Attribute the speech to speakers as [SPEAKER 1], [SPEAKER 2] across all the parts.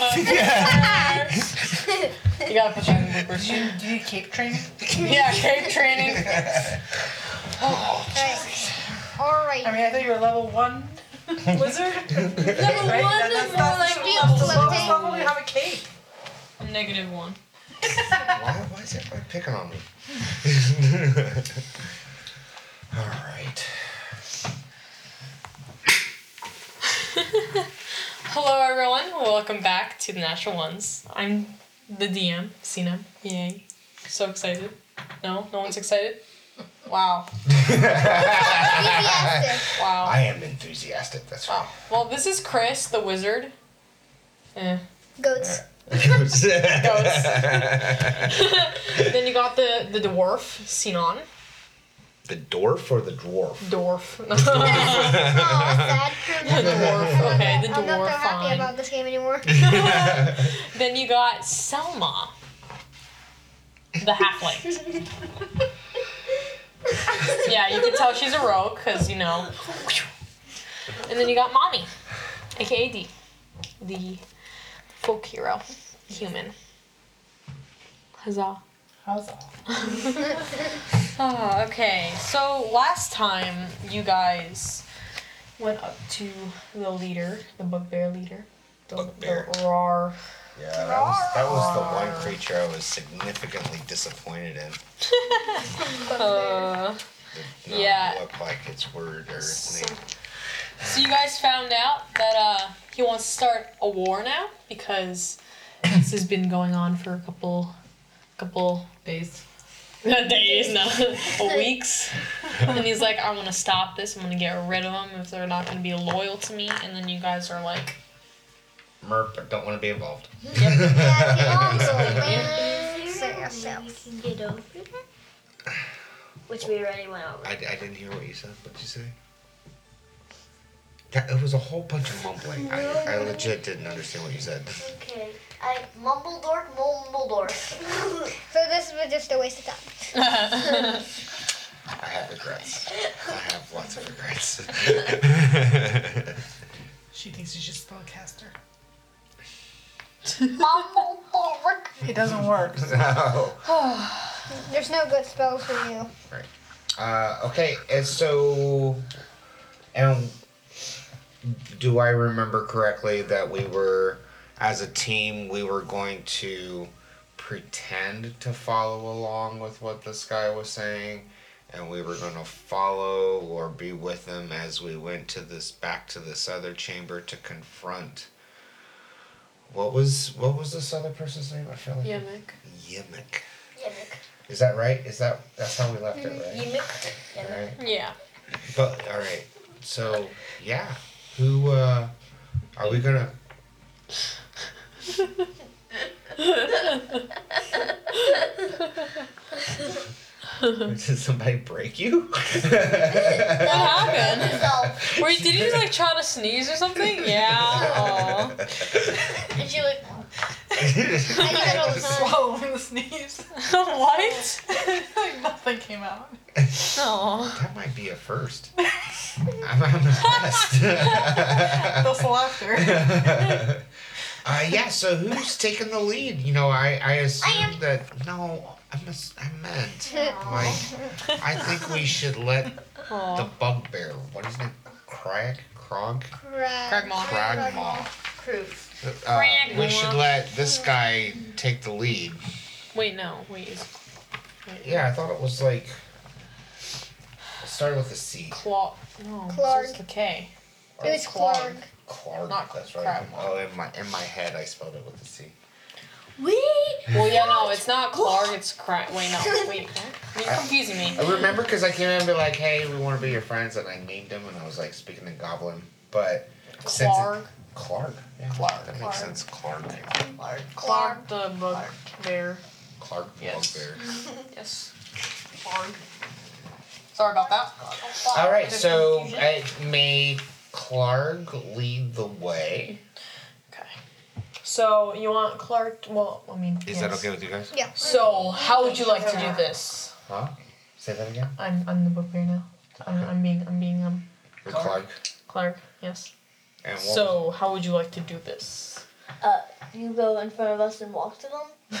[SPEAKER 1] yeah.
[SPEAKER 2] You gotta put that in reverse.
[SPEAKER 3] Do you, do you cape training?
[SPEAKER 2] Yeah, cape training.
[SPEAKER 1] All right.
[SPEAKER 3] I mean, I thought you were level one wizard.
[SPEAKER 4] Level
[SPEAKER 3] Right?
[SPEAKER 4] one
[SPEAKER 3] That-
[SPEAKER 4] is
[SPEAKER 3] that's
[SPEAKER 4] more
[SPEAKER 3] not
[SPEAKER 4] like
[SPEAKER 3] super
[SPEAKER 4] being
[SPEAKER 3] level.
[SPEAKER 4] floating.
[SPEAKER 3] Lowest level we have a cape.
[SPEAKER 4] I'm negative one.
[SPEAKER 1] All
[SPEAKER 3] All
[SPEAKER 1] right.
[SPEAKER 3] right.
[SPEAKER 1] Why is everybody picking on me? All right.
[SPEAKER 4] Hello, everyone. Welcome back to the Natural Ones. I'm the DM, Cena. Yay. So excited. No, no one's excited? Wow.
[SPEAKER 1] I
[SPEAKER 4] Wow.
[SPEAKER 1] am enthusiastic. That's right.
[SPEAKER 4] wow. Well, this is Chris, the wizard. Eh.
[SPEAKER 5] Goats.
[SPEAKER 4] then you got the, the dwarf, Sinon.
[SPEAKER 1] the dwarf or the dwarf?
[SPEAKER 4] Dwarf.
[SPEAKER 5] Aw, sad crew.
[SPEAKER 4] dwarf. Okay, the
[SPEAKER 5] I'm not
[SPEAKER 4] dwarf.
[SPEAKER 5] so happy
[SPEAKER 4] Fine.
[SPEAKER 5] about this game anymore.
[SPEAKER 4] Then you got Selma, the halfling. yeah, you can tell she's a rogue because you know. And then you got mommy, aka D, the folk hero, human. Huzzah.
[SPEAKER 3] How's that?
[SPEAKER 4] Oh, okay. So last time you guys went up to the leader, the bugbear leader, the,
[SPEAKER 1] Bugbear.
[SPEAKER 4] the roar.
[SPEAKER 1] Yeah, that was, that was the one creature I was significantly disappointed in.
[SPEAKER 4] Uh,
[SPEAKER 1] Did not
[SPEAKER 4] Yeah.
[SPEAKER 1] Look like its word or its
[SPEAKER 4] So-
[SPEAKER 1] name.
[SPEAKER 4] So you guys found out that uh, he wants to start a war now because this has been going on for a couple, couple
[SPEAKER 3] Days.
[SPEAKER 4] not days, no, weeks. And he's like, I want to stop this. I'm gonna get rid of them if they're not gonna be loyal to me. And then you guys are like,
[SPEAKER 1] Merp, I don't want to be involved.
[SPEAKER 5] yeah, get on the Say yourself.
[SPEAKER 6] You can get over that? Which we already went over.
[SPEAKER 1] I, I didn't hear what you said. What'd you say? That, it was a whole bunch of mumbling. I, I legit didn't understand what you said.
[SPEAKER 6] Okay. I Mumbledore, Mumbledore.
[SPEAKER 5] So this was just a waste of time.
[SPEAKER 1] I have regrets. I have lots of regrets.
[SPEAKER 3] She thinks she's just a spellcaster.
[SPEAKER 6] Mumbledore.
[SPEAKER 3] It doesn't work.
[SPEAKER 1] no.
[SPEAKER 5] There's no good spells for you.
[SPEAKER 1] Uh, okay, and so, and do I remember correctly that we were, as a team, we were going to pretend to follow along with what this guy was saying, and we were going to follow or be with him as we went to this back to this other chamber to confront. What was what was this other person's name? I feel like
[SPEAKER 4] Yemek.
[SPEAKER 1] Yimmick.
[SPEAKER 6] Yimmick.
[SPEAKER 1] Is that right? Is that that's how we left it, right?
[SPEAKER 6] Yimmick. Yimmick.
[SPEAKER 1] Right.
[SPEAKER 4] Yeah.
[SPEAKER 1] But all right. So yeah, who uh, are we gonna? Did somebody break you?
[SPEAKER 4] What happened?
[SPEAKER 6] Self.
[SPEAKER 4] Were you, did you like try to sneeze or something? Yeah. aw.
[SPEAKER 6] And she like,
[SPEAKER 5] I do that all the time.
[SPEAKER 3] Swallow for the sneeze.
[SPEAKER 4] what?
[SPEAKER 3] like nothing came out.
[SPEAKER 4] Aw.
[SPEAKER 1] that might be a first. I'm, I'm impressed.
[SPEAKER 3] That's laughter.
[SPEAKER 1] uh, yeah, so who's taking the lead? You know, I, I assume that. No, I, mis- I meant. Like, I think we should let
[SPEAKER 4] Aw.
[SPEAKER 1] the bugbear, what is it? Crag? Crog?
[SPEAKER 5] Crab.
[SPEAKER 4] Cragmaw.
[SPEAKER 1] Cragmaw.
[SPEAKER 6] Cruz.
[SPEAKER 1] Uh, we
[SPEAKER 4] Cragmaw.
[SPEAKER 1] should let this guy take the lead.
[SPEAKER 4] Wait, no. Wait. It's
[SPEAKER 1] Yeah, I thought it was like. It started with a C.
[SPEAKER 4] Claw. No.
[SPEAKER 5] Clark.
[SPEAKER 4] Clark. It's the K.
[SPEAKER 5] It was Clark.
[SPEAKER 1] Clark,
[SPEAKER 4] Not
[SPEAKER 1] that's right.
[SPEAKER 4] Cragmaw.
[SPEAKER 1] Oh, in my, in my head, I spelled it with a C.
[SPEAKER 6] We.
[SPEAKER 4] Well, yeah, no, it's not Clark, it's Craig. Wait, no, wait. what? You're confusing me.
[SPEAKER 1] I remember because I came in and be like, "Hey, we want to be your friends," and I named him, and I was like speaking in Goblin, but since
[SPEAKER 4] Clark.
[SPEAKER 1] it, Clark, yeah, Clark, that makes sense. Clark,
[SPEAKER 6] Clark.
[SPEAKER 4] Clark the book there.
[SPEAKER 1] Clark
[SPEAKER 4] Yes.
[SPEAKER 1] Bugbear.
[SPEAKER 4] Yes. Clark. Sorry about that.
[SPEAKER 1] All right, so I, may Clark lead the way.
[SPEAKER 4] Okay. So you want Clark? Well, I mean. yes.
[SPEAKER 1] with you guys?
[SPEAKER 5] Yeah.
[SPEAKER 4] So how would you like to do this?
[SPEAKER 1] Huh? Say that again.
[SPEAKER 4] I'm I'm the book bear now. I'm, I'm being I'm being um
[SPEAKER 1] With Clark.
[SPEAKER 4] Clark. Yes.
[SPEAKER 1] And what
[SPEAKER 4] So how would you like to do this?
[SPEAKER 5] Uh, you go in front of us and walk to them. Uh,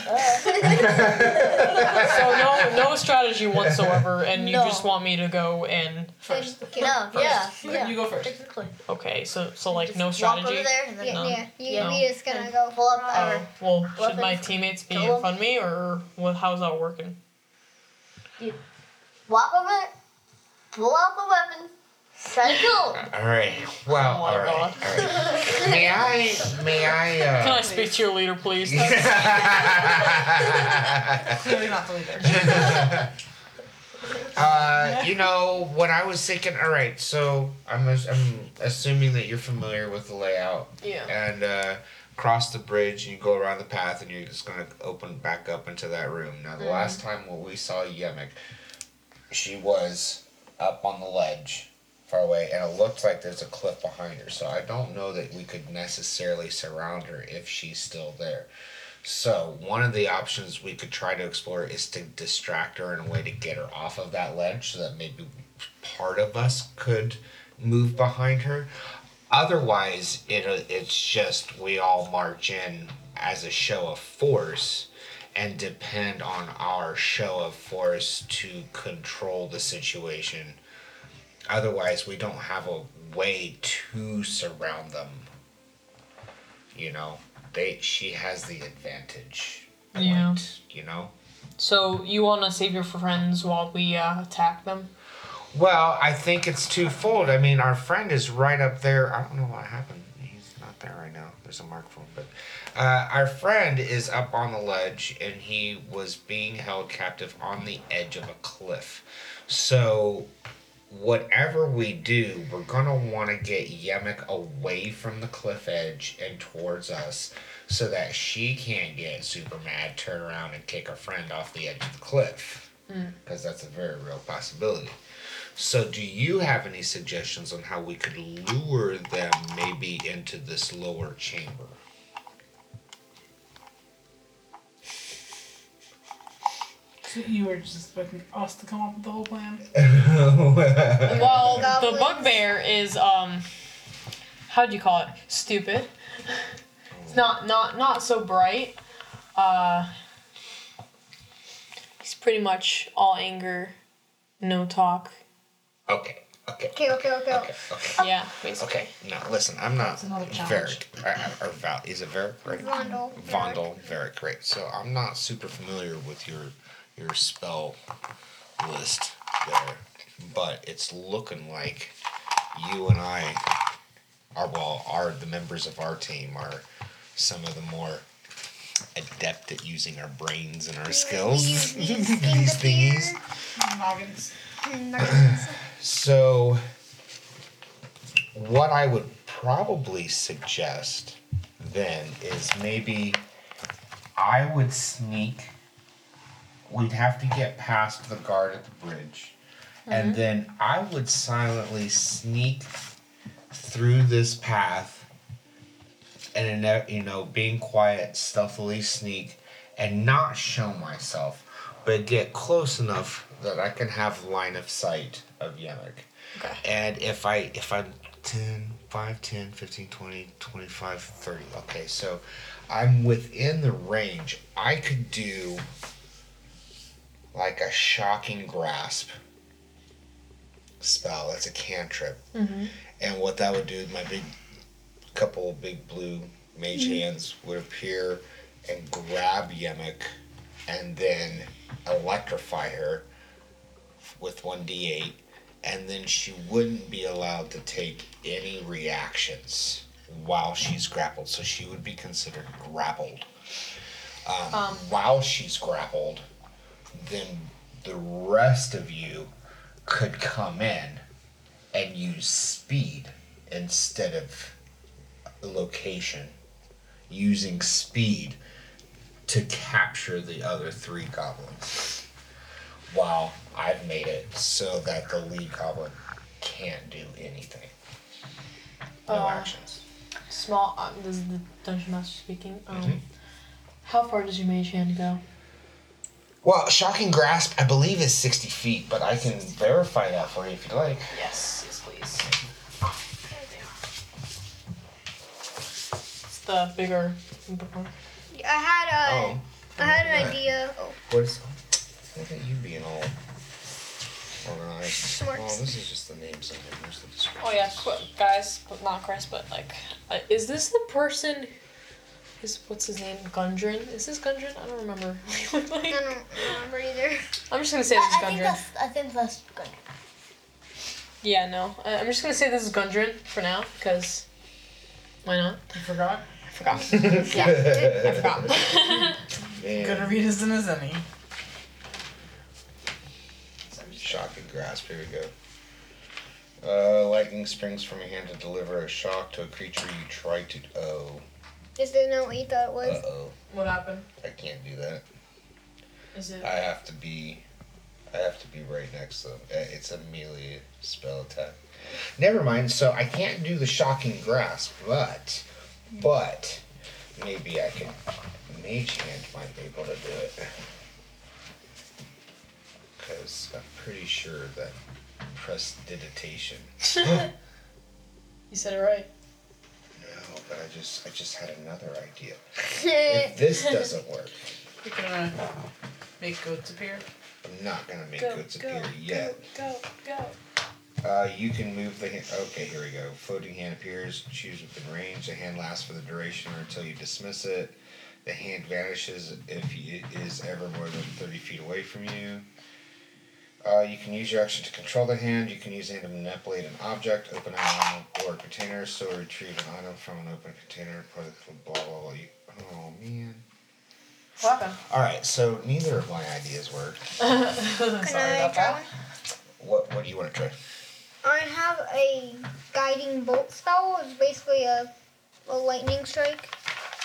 [SPEAKER 4] So no, no strategy whatsoever, and you
[SPEAKER 5] No.
[SPEAKER 4] just want me to go and
[SPEAKER 3] First.
[SPEAKER 5] no, yeah, yeah.
[SPEAKER 3] You go first.
[SPEAKER 5] Exactly.
[SPEAKER 4] okay. So so like
[SPEAKER 5] Just
[SPEAKER 4] no
[SPEAKER 5] Walk
[SPEAKER 4] strategy.
[SPEAKER 5] over there and then
[SPEAKER 4] No.
[SPEAKER 6] Yeah, you,
[SPEAKER 4] No.
[SPEAKER 6] we just gonna go full up
[SPEAKER 4] Oh
[SPEAKER 6] our
[SPEAKER 4] well,
[SPEAKER 5] Well,
[SPEAKER 4] should my
[SPEAKER 5] then-
[SPEAKER 4] teammates be
[SPEAKER 5] Kill
[SPEAKER 4] in front of me, or what? How's that working?
[SPEAKER 6] walk over, pull out the weapon, try to kill him.
[SPEAKER 1] All right. Well,
[SPEAKER 4] Oh my
[SPEAKER 1] all right. All
[SPEAKER 4] God.
[SPEAKER 1] right. May I? May
[SPEAKER 4] Can I
[SPEAKER 1] I?
[SPEAKER 4] speak to your leader, please?
[SPEAKER 1] Uh...
[SPEAKER 3] Clearly not the leader.
[SPEAKER 1] uh, you know what I was thinking. All right, so I'm ass- I'm assuming that you're familiar with the layout,
[SPEAKER 4] yeah.
[SPEAKER 1] and uh, cross the bridge and you go around the path, and you're just gonna open back up into that room. Now, the last time when we saw Yemek, she was up on the ledge, far away, and it looks like there's a cliff behind her. So I don't know that we could necessarily surround her if she's still there. So one of the options we could try to explore is to distract her in a way to get her off of that ledge, so that maybe part of us could move behind her. Otherwise, it it's just we all march in as a show of force and depend on our show of force to control the situation. Otherwise, we don't have a way to surround them. You know, they she has the advantage.
[SPEAKER 4] Yeah.
[SPEAKER 1] point, You know.
[SPEAKER 4] So you want to save your friends while we uh, attack them?
[SPEAKER 1] Well, I think it's twofold. I mean, our friend is right up there. I don't know what happened. He's not there right now. There's a mark for him, but uh, our friend is up on the ledge, and he was being held captive on the edge of a cliff. So, whatever we do, we're gonna want to get Yemek away from the cliff edge and towards us, so that she can't get super mad, turn around, and kick her friend off the edge of the cliff. Because that's a very real possibility. So, do you have any suggestions on how we could lure them maybe into this lower chamber?
[SPEAKER 3] So you were just expecting us to come up with the whole plan?
[SPEAKER 4] Well, the
[SPEAKER 6] Goblins.
[SPEAKER 4] bugbear is um, how do you call it? Stupid. It's not not not so bright. Uh, he's pretty much all anger, no talk.
[SPEAKER 1] okay, okay,
[SPEAKER 6] Kill, kill, kill.
[SPEAKER 1] okay, okay.
[SPEAKER 4] Yeah, basically.
[SPEAKER 1] Okay, no, listen, I'm not
[SPEAKER 3] another
[SPEAKER 1] Varric. Or, or Val, is it Varric? Right?
[SPEAKER 6] Vondel.
[SPEAKER 1] Vondel, Varric, great. So, I'm not super familiar with your your spell list there, but it's looking like you and I are, well, are the members of our team are some of the more adept at using our brains and our skills.
[SPEAKER 6] These
[SPEAKER 1] thingies.
[SPEAKER 3] Noggins.
[SPEAKER 1] So, what I would probably suggest then is maybe I would sneak. We'd have to get past the guard at the bridge. And then I would silently sneak through this path and, in that, you know, being quiet, stealthily sneak and not show myself, but get close enough that I can have line of sight of Yemek.
[SPEAKER 4] Okay.
[SPEAKER 1] And if I if I'm 10, 5, 10, 15, 20, 25, 30. Okay, so I'm within the range. I could do like a shocking grasp spell. That's a cantrip. And what that would do, my big couple of big blue mage hands would appear and grab Yemek and then electrify her with 1d8 and then she wouldn't be allowed to take any reactions while she's grappled. So she would be considered grappled. Um, while she's grappled, then the rest of you could come in and use speed instead of location. Using speed to capture the other three goblins while I've made it so that the lead goblin can't do anything. No
[SPEAKER 4] Uh,
[SPEAKER 1] actions.
[SPEAKER 4] Small. Uh, this is the dungeon master speaking. Um, how far does your mage hand go?
[SPEAKER 1] Well, shocking grasp, I believe, is sixty feet, but I can verify that for you if you'd like.
[SPEAKER 4] Yes, yes, please. the bigger.
[SPEAKER 5] I had a,
[SPEAKER 1] Oh,
[SPEAKER 5] I had an idea. Oh,
[SPEAKER 1] what is? Look at you being all organized.
[SPEAKER 5] Smart.
[SPEAKER 1] Well, this is just the names of it. Where's the description?
[SPEAKER 4] Oh yeah, qu- guys, but not Chris, but like, uh, is this the person? Is what's his name? Gundren? Is this Gundren? I don't remember.
[SPEAKER 5] I
[SPEAKER 4] Like,
[SPEAKER 5] don't remember either.
[SPEAKER 4] I'm just gonna say this is
[SPEAKER 6] Mm. I, I think
[SPEAKER 4] Gundren.
[SPEAKER 6] that's I think that's good.
[SPEAKER 4] Yeah, no, I- I'm just gonna say this is Gundren for now because why not?
[SPEAKER 3] You forgot?
[SPEAKER 4] I forgot.
[SPEAKER 1] yeah,
[SPEAKER 3] I forgot. Good
[SPEAKER 1] Man,
[SPEAKER 3] read as in as any.
[SPEAKER 1] shock and grasp. Here we go. Uh, lightning springs from your hand to deliver a shock to a creature you try to. Oh,
[SPEAKER 5] Is that not what you thought it
[SPEAKER 1] uh
[SPEAKER 5] was?
[SPEAKER 1] oh,
[SPEAKER 3] What happened?
[SPEAKER 1] I can't do that.
[SPEAKER 4] Is it?
[SPEAKER 1] I have to be, I have to be right next to them. Uh, It's a melee spell attack. Never mind. So I can't do the shocking grasp, but, but, maybe I can. Mage hand might be able to do it. Because I'm pretty sure that prestidigitation.
[SPEAKER 4] You said it right.
[SPEAKER 1] No, but I just, I just had another idea.
[SPEAKER 4] Eh.
[SPEAKER 1] If this doesn't work,
[SPEAKER 3] You're gonna make goats appear?
[SPEAKER 1] I'm not gonna make
[SPEAKER 4] Go,
[SPEAKER 1] goods
[SPEAKER 4] go,
[SPEAKER 1] appear yet.
[SPEAKER 4] go, go.
[SPEAKER 1] Uh, you can move the hand. Okay, here we go. Floating hand appears. Choose within range. The hand lasts for the duration or until you dismiss it. The hand vanishes if it is ever more than 30 feet away from you. Uh, you can use your action to control the hand. You can use the hand to manipulate an object, open an item or container, so retrieve an item from an open container. Put it blah blah blah. You, oh man.
[SPEAKER 4] What happened?
[SPEAKER 1] All right. So neither of my ideas work.
[SPEAKER 5] Can I try one?
[SPEAKER 1] What What do you want to try?
[SPEAKER 5] I have a guiding bolt spell. It's basically a, a lightning strike.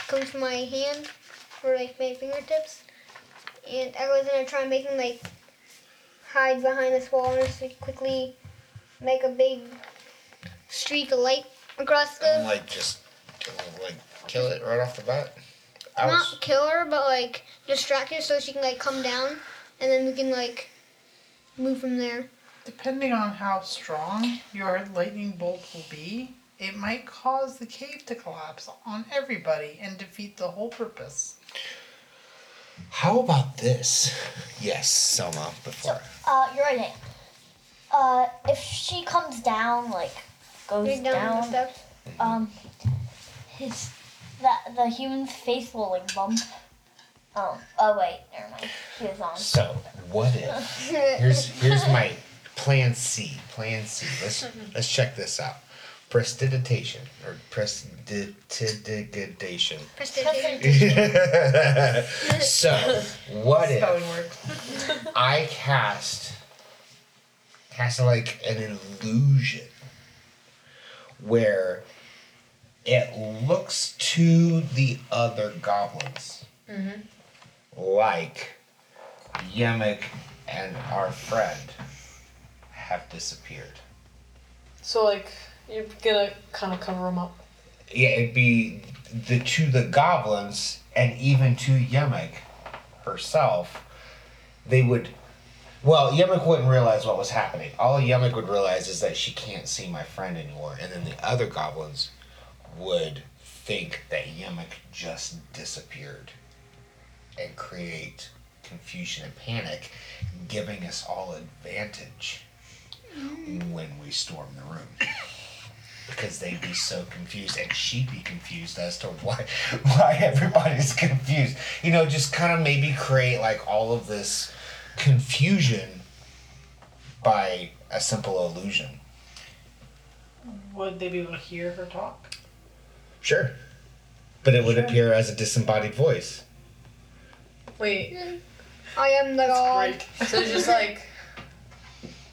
[SPEAKER 5] Comes from my hand or like my fingertips. And I was gonna try making like hide behind this wall and just quickly make a big streak of light across
[SPEAKER 1] I'm
[SPEAKER 5] the
[SPEAKER 1] like just like kill it right off the bat. I was.
[SPEAKER 5] not kill her but like distract her so she can like come down and then we can like move from there.
[SPEAKER 3] Depending on how strong your lightning bolt will be, it might cause the cave to collapse on everybody and defeat the whole purpose.
[SPEAKER 1] How about this? Yes, Selma. Before
[SPEAKER 6] Uh, you're right. Uh, if she comes down, like goes
[SPEAKER 5] Right down, the
[SPEAKER 6] down,
[SPEAKER 5] steps.
[SPEAKER 6] um, his that the human's face will like bump. Oh, oh wait, never mind. He was on.
[SPEAKER 1] so what if? Here's here's my plan C. Plan C. Let's let's check this out. Prestidigitation or prestidigitation.
[SPEAKER 5] Prestidigitation.
[SPEAKER 1] so what
[SPEAKER 3] Spelling
[SPEAKER 1] if
[SPEAKER 3] word.
[SPEAKER 1] I cast cast like an illusion where it looks to the other goblins like Yemek and our friend have disappeared.
[SPEAKER 4] So like, you're gonna kind of cover him up.
[SPEAKER 1] Yeah, it'd be the to the goblins and even to Yemek herself. They would. Well, Yemek wouldn't realize what was happening. All Yemek would realize is that she can't see my friend anymore, and then the other goblins would think that Yemek just disappeared and create confusion and panic, giving us all advantage when we storm the room because they'd be so confused and she'd be confused as to why why everybody's confused you know just kind of maybe create like all of this confusion by a simple illusion
[SPEAKER 3] Would they be able to hear her talk?
[SPEAKER 1] sure but it would
[SPEAKER 3] Sure.
[SPEAKER 1] appear as a disembodied voice
[SPEAKER 4] Wait.
[SPEAKER 5] I am the god.
[SPEAKER 4] So it's just like,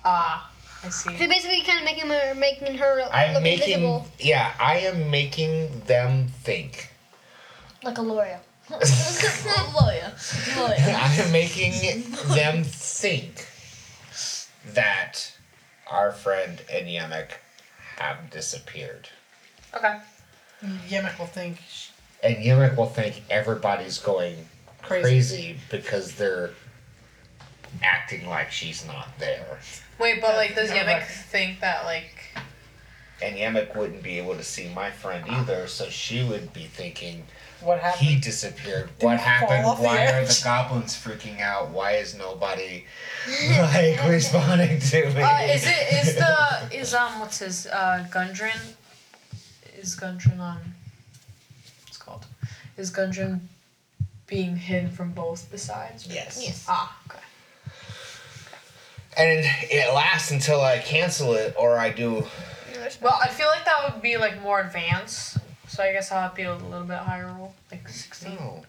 [SPEAKER 4] ah, I see.
[SPEAKER 5] So basically, kind of making her making her
[SPEAKER 1] i'm
[SPEAKER 5] look
[SPEAKER 1] making
[SPEAKER 5] invisible.
[SPEAKER 1] yeah i am making them think
[SPEAKER 6] Like a L'Oreal.
[SPEAKER 4] Lawyer. Lawyer.
[SPEAKER 1] i'm making them think that our friend and Yemek have disappeared
[SPEAKER 4] Okay.
[SPEAKER 3] And Yemek will think sh-
[SPEAKER 1] and Yemek will think everybody's going
[SPEAKER 3] crazy.
[SPEAKER 1] crazy because they're acting like she's not there.
[SPEAKER 4] Wait, but like, does
[SPEAKER 3] Okay.
[SPEAKER 4] Yemek think that like
[SPEAKER 1] and Yemek wouldn't be able to see my friend either, so she would be thinking
[SPEAKER 3] What happened?
[SPEAKER 1] he disappeared. What
[SPEAKER 3] he fall
[SPEAKER 1] happened?
[SPEAKER 3] off the
[SPEAKER 1] Why are
[SPEAKER 3] edge?"
[SPEAKER 1] the goblins freaking out? Why is nobody like responding to me?
[SPEAKER 4] Uh, is it is the is um what's his uh Gundren? Is Gundren on? What's it called? Is Gundren being hidden from both the sides?
[SPEAKER 1] Yes.
[SPEAKER 4] Yes. Ah. Okay.
[SPEAKER 1] And it lasts until I cancel it or I do
[SPEAKER 4] Well, I feel like that would be like more advanced. So I guess I'll have to be a little bit higher roll, like sixteen.
[SPEAKER 1] No,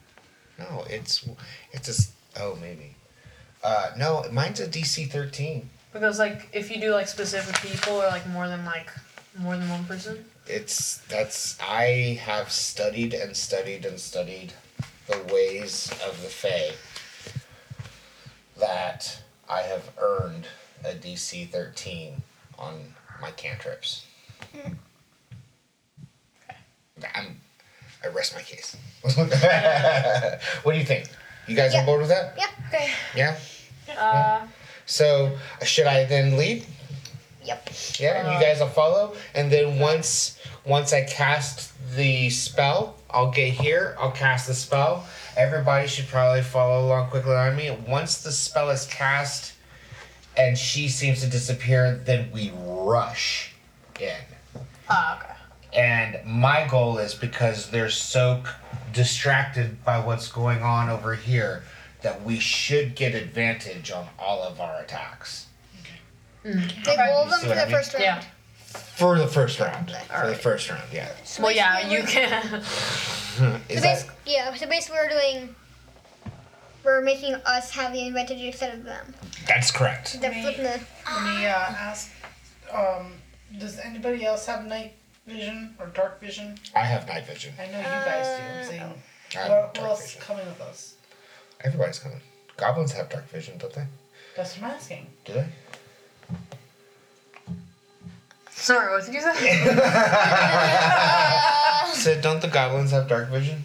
[SPEAKER 1] no, it's it's a s- oh maybe. Uh, no, mine's a DC thirteen.
[SPEAKER 4] Because like if you do like specific people or like more than like more than one person.
[SPEAKER 1] It's that's I have studied and studied and studied the ways of the Fae that I have earned a DC thirteen on my cantrips. I'm, I rest my case. what do you think? You guys
[SPEAKER 5] Yeah.
[SPEAKER 1] on board with that?
[SPEAKER 5] Yeah. Okay.
[SPEAKER 1] Yeah.
[SPEAKER 4] Uh,
[SPEAKER 1] So uh, should I then leave?
[SPEAKER 5] Yep.
[SPEAKER 1] Yeah, and you guys will follow. And then once once I cast the spell, I'll get here. I'll cast the spell. Everybody should probably follow along quickly on me. Once the spell is cast, and she seems to disappear, then we rush in.
[SPEAKER 4] ah, okay.
[SPEAKER 1] And my goal is because they're so c- distracted by what's going on over here that we should get advantage on all of our attacks.
[SPEAKER 5] They roll them
[SPEAKER 1] See
[SPEAKER 5] for
[SPEAKER 1] what I
[SPEAKER 5] the
[SPEAKER 1] mean?
[SPEAKER 5] first round.
[SPEAKER 4] Yeah.
[SPEAKER 1] For the first round. For the first round, yeah.
[SPEAKER 5] So
[SPEAKER 4] Well, yeah,
[SPEAKER 5] basically
[SPEAKER 4] you
[SPEAKER 5] we're-
[SPEAKER 4] can.
[SPEAKER 1] Is
[SPEAKER 5] So
[SPEAKER 1] that-
[SPEAKER 5] basically, yeah. So basically, we're doing. We're making us have the advantage instead of them.
[SPEAKER 1] That's correct.
[SPEAKER 5] They're flipping the.
[SPEAKER 3] When he uh, asked, um, does anybody else have night vision or dark vision?
[SPEAKER 1] I have night vision.
[SPEAKER 3] I know you guys do. I'm saying,
[SPEAKER 1] I have
[SPEAKER 3] what, who
[SPEAKER 1] dark
[SPEAKER 3] else is
[SPEAKER 1] vision.
[SPEAKER 3] coming with us?
[SPEAKER 1] Everybody's coming. Goblins have dark vision, don't they?
[SPEAKER 3] That's what I'm asking.
[SPEAKER 1] Do they?
[SPEAKER 4] Sorry, what did you say?
[SPEAKER 3] Oh.
[SPEAKER 1] Sid, don't the goblins have dark vision?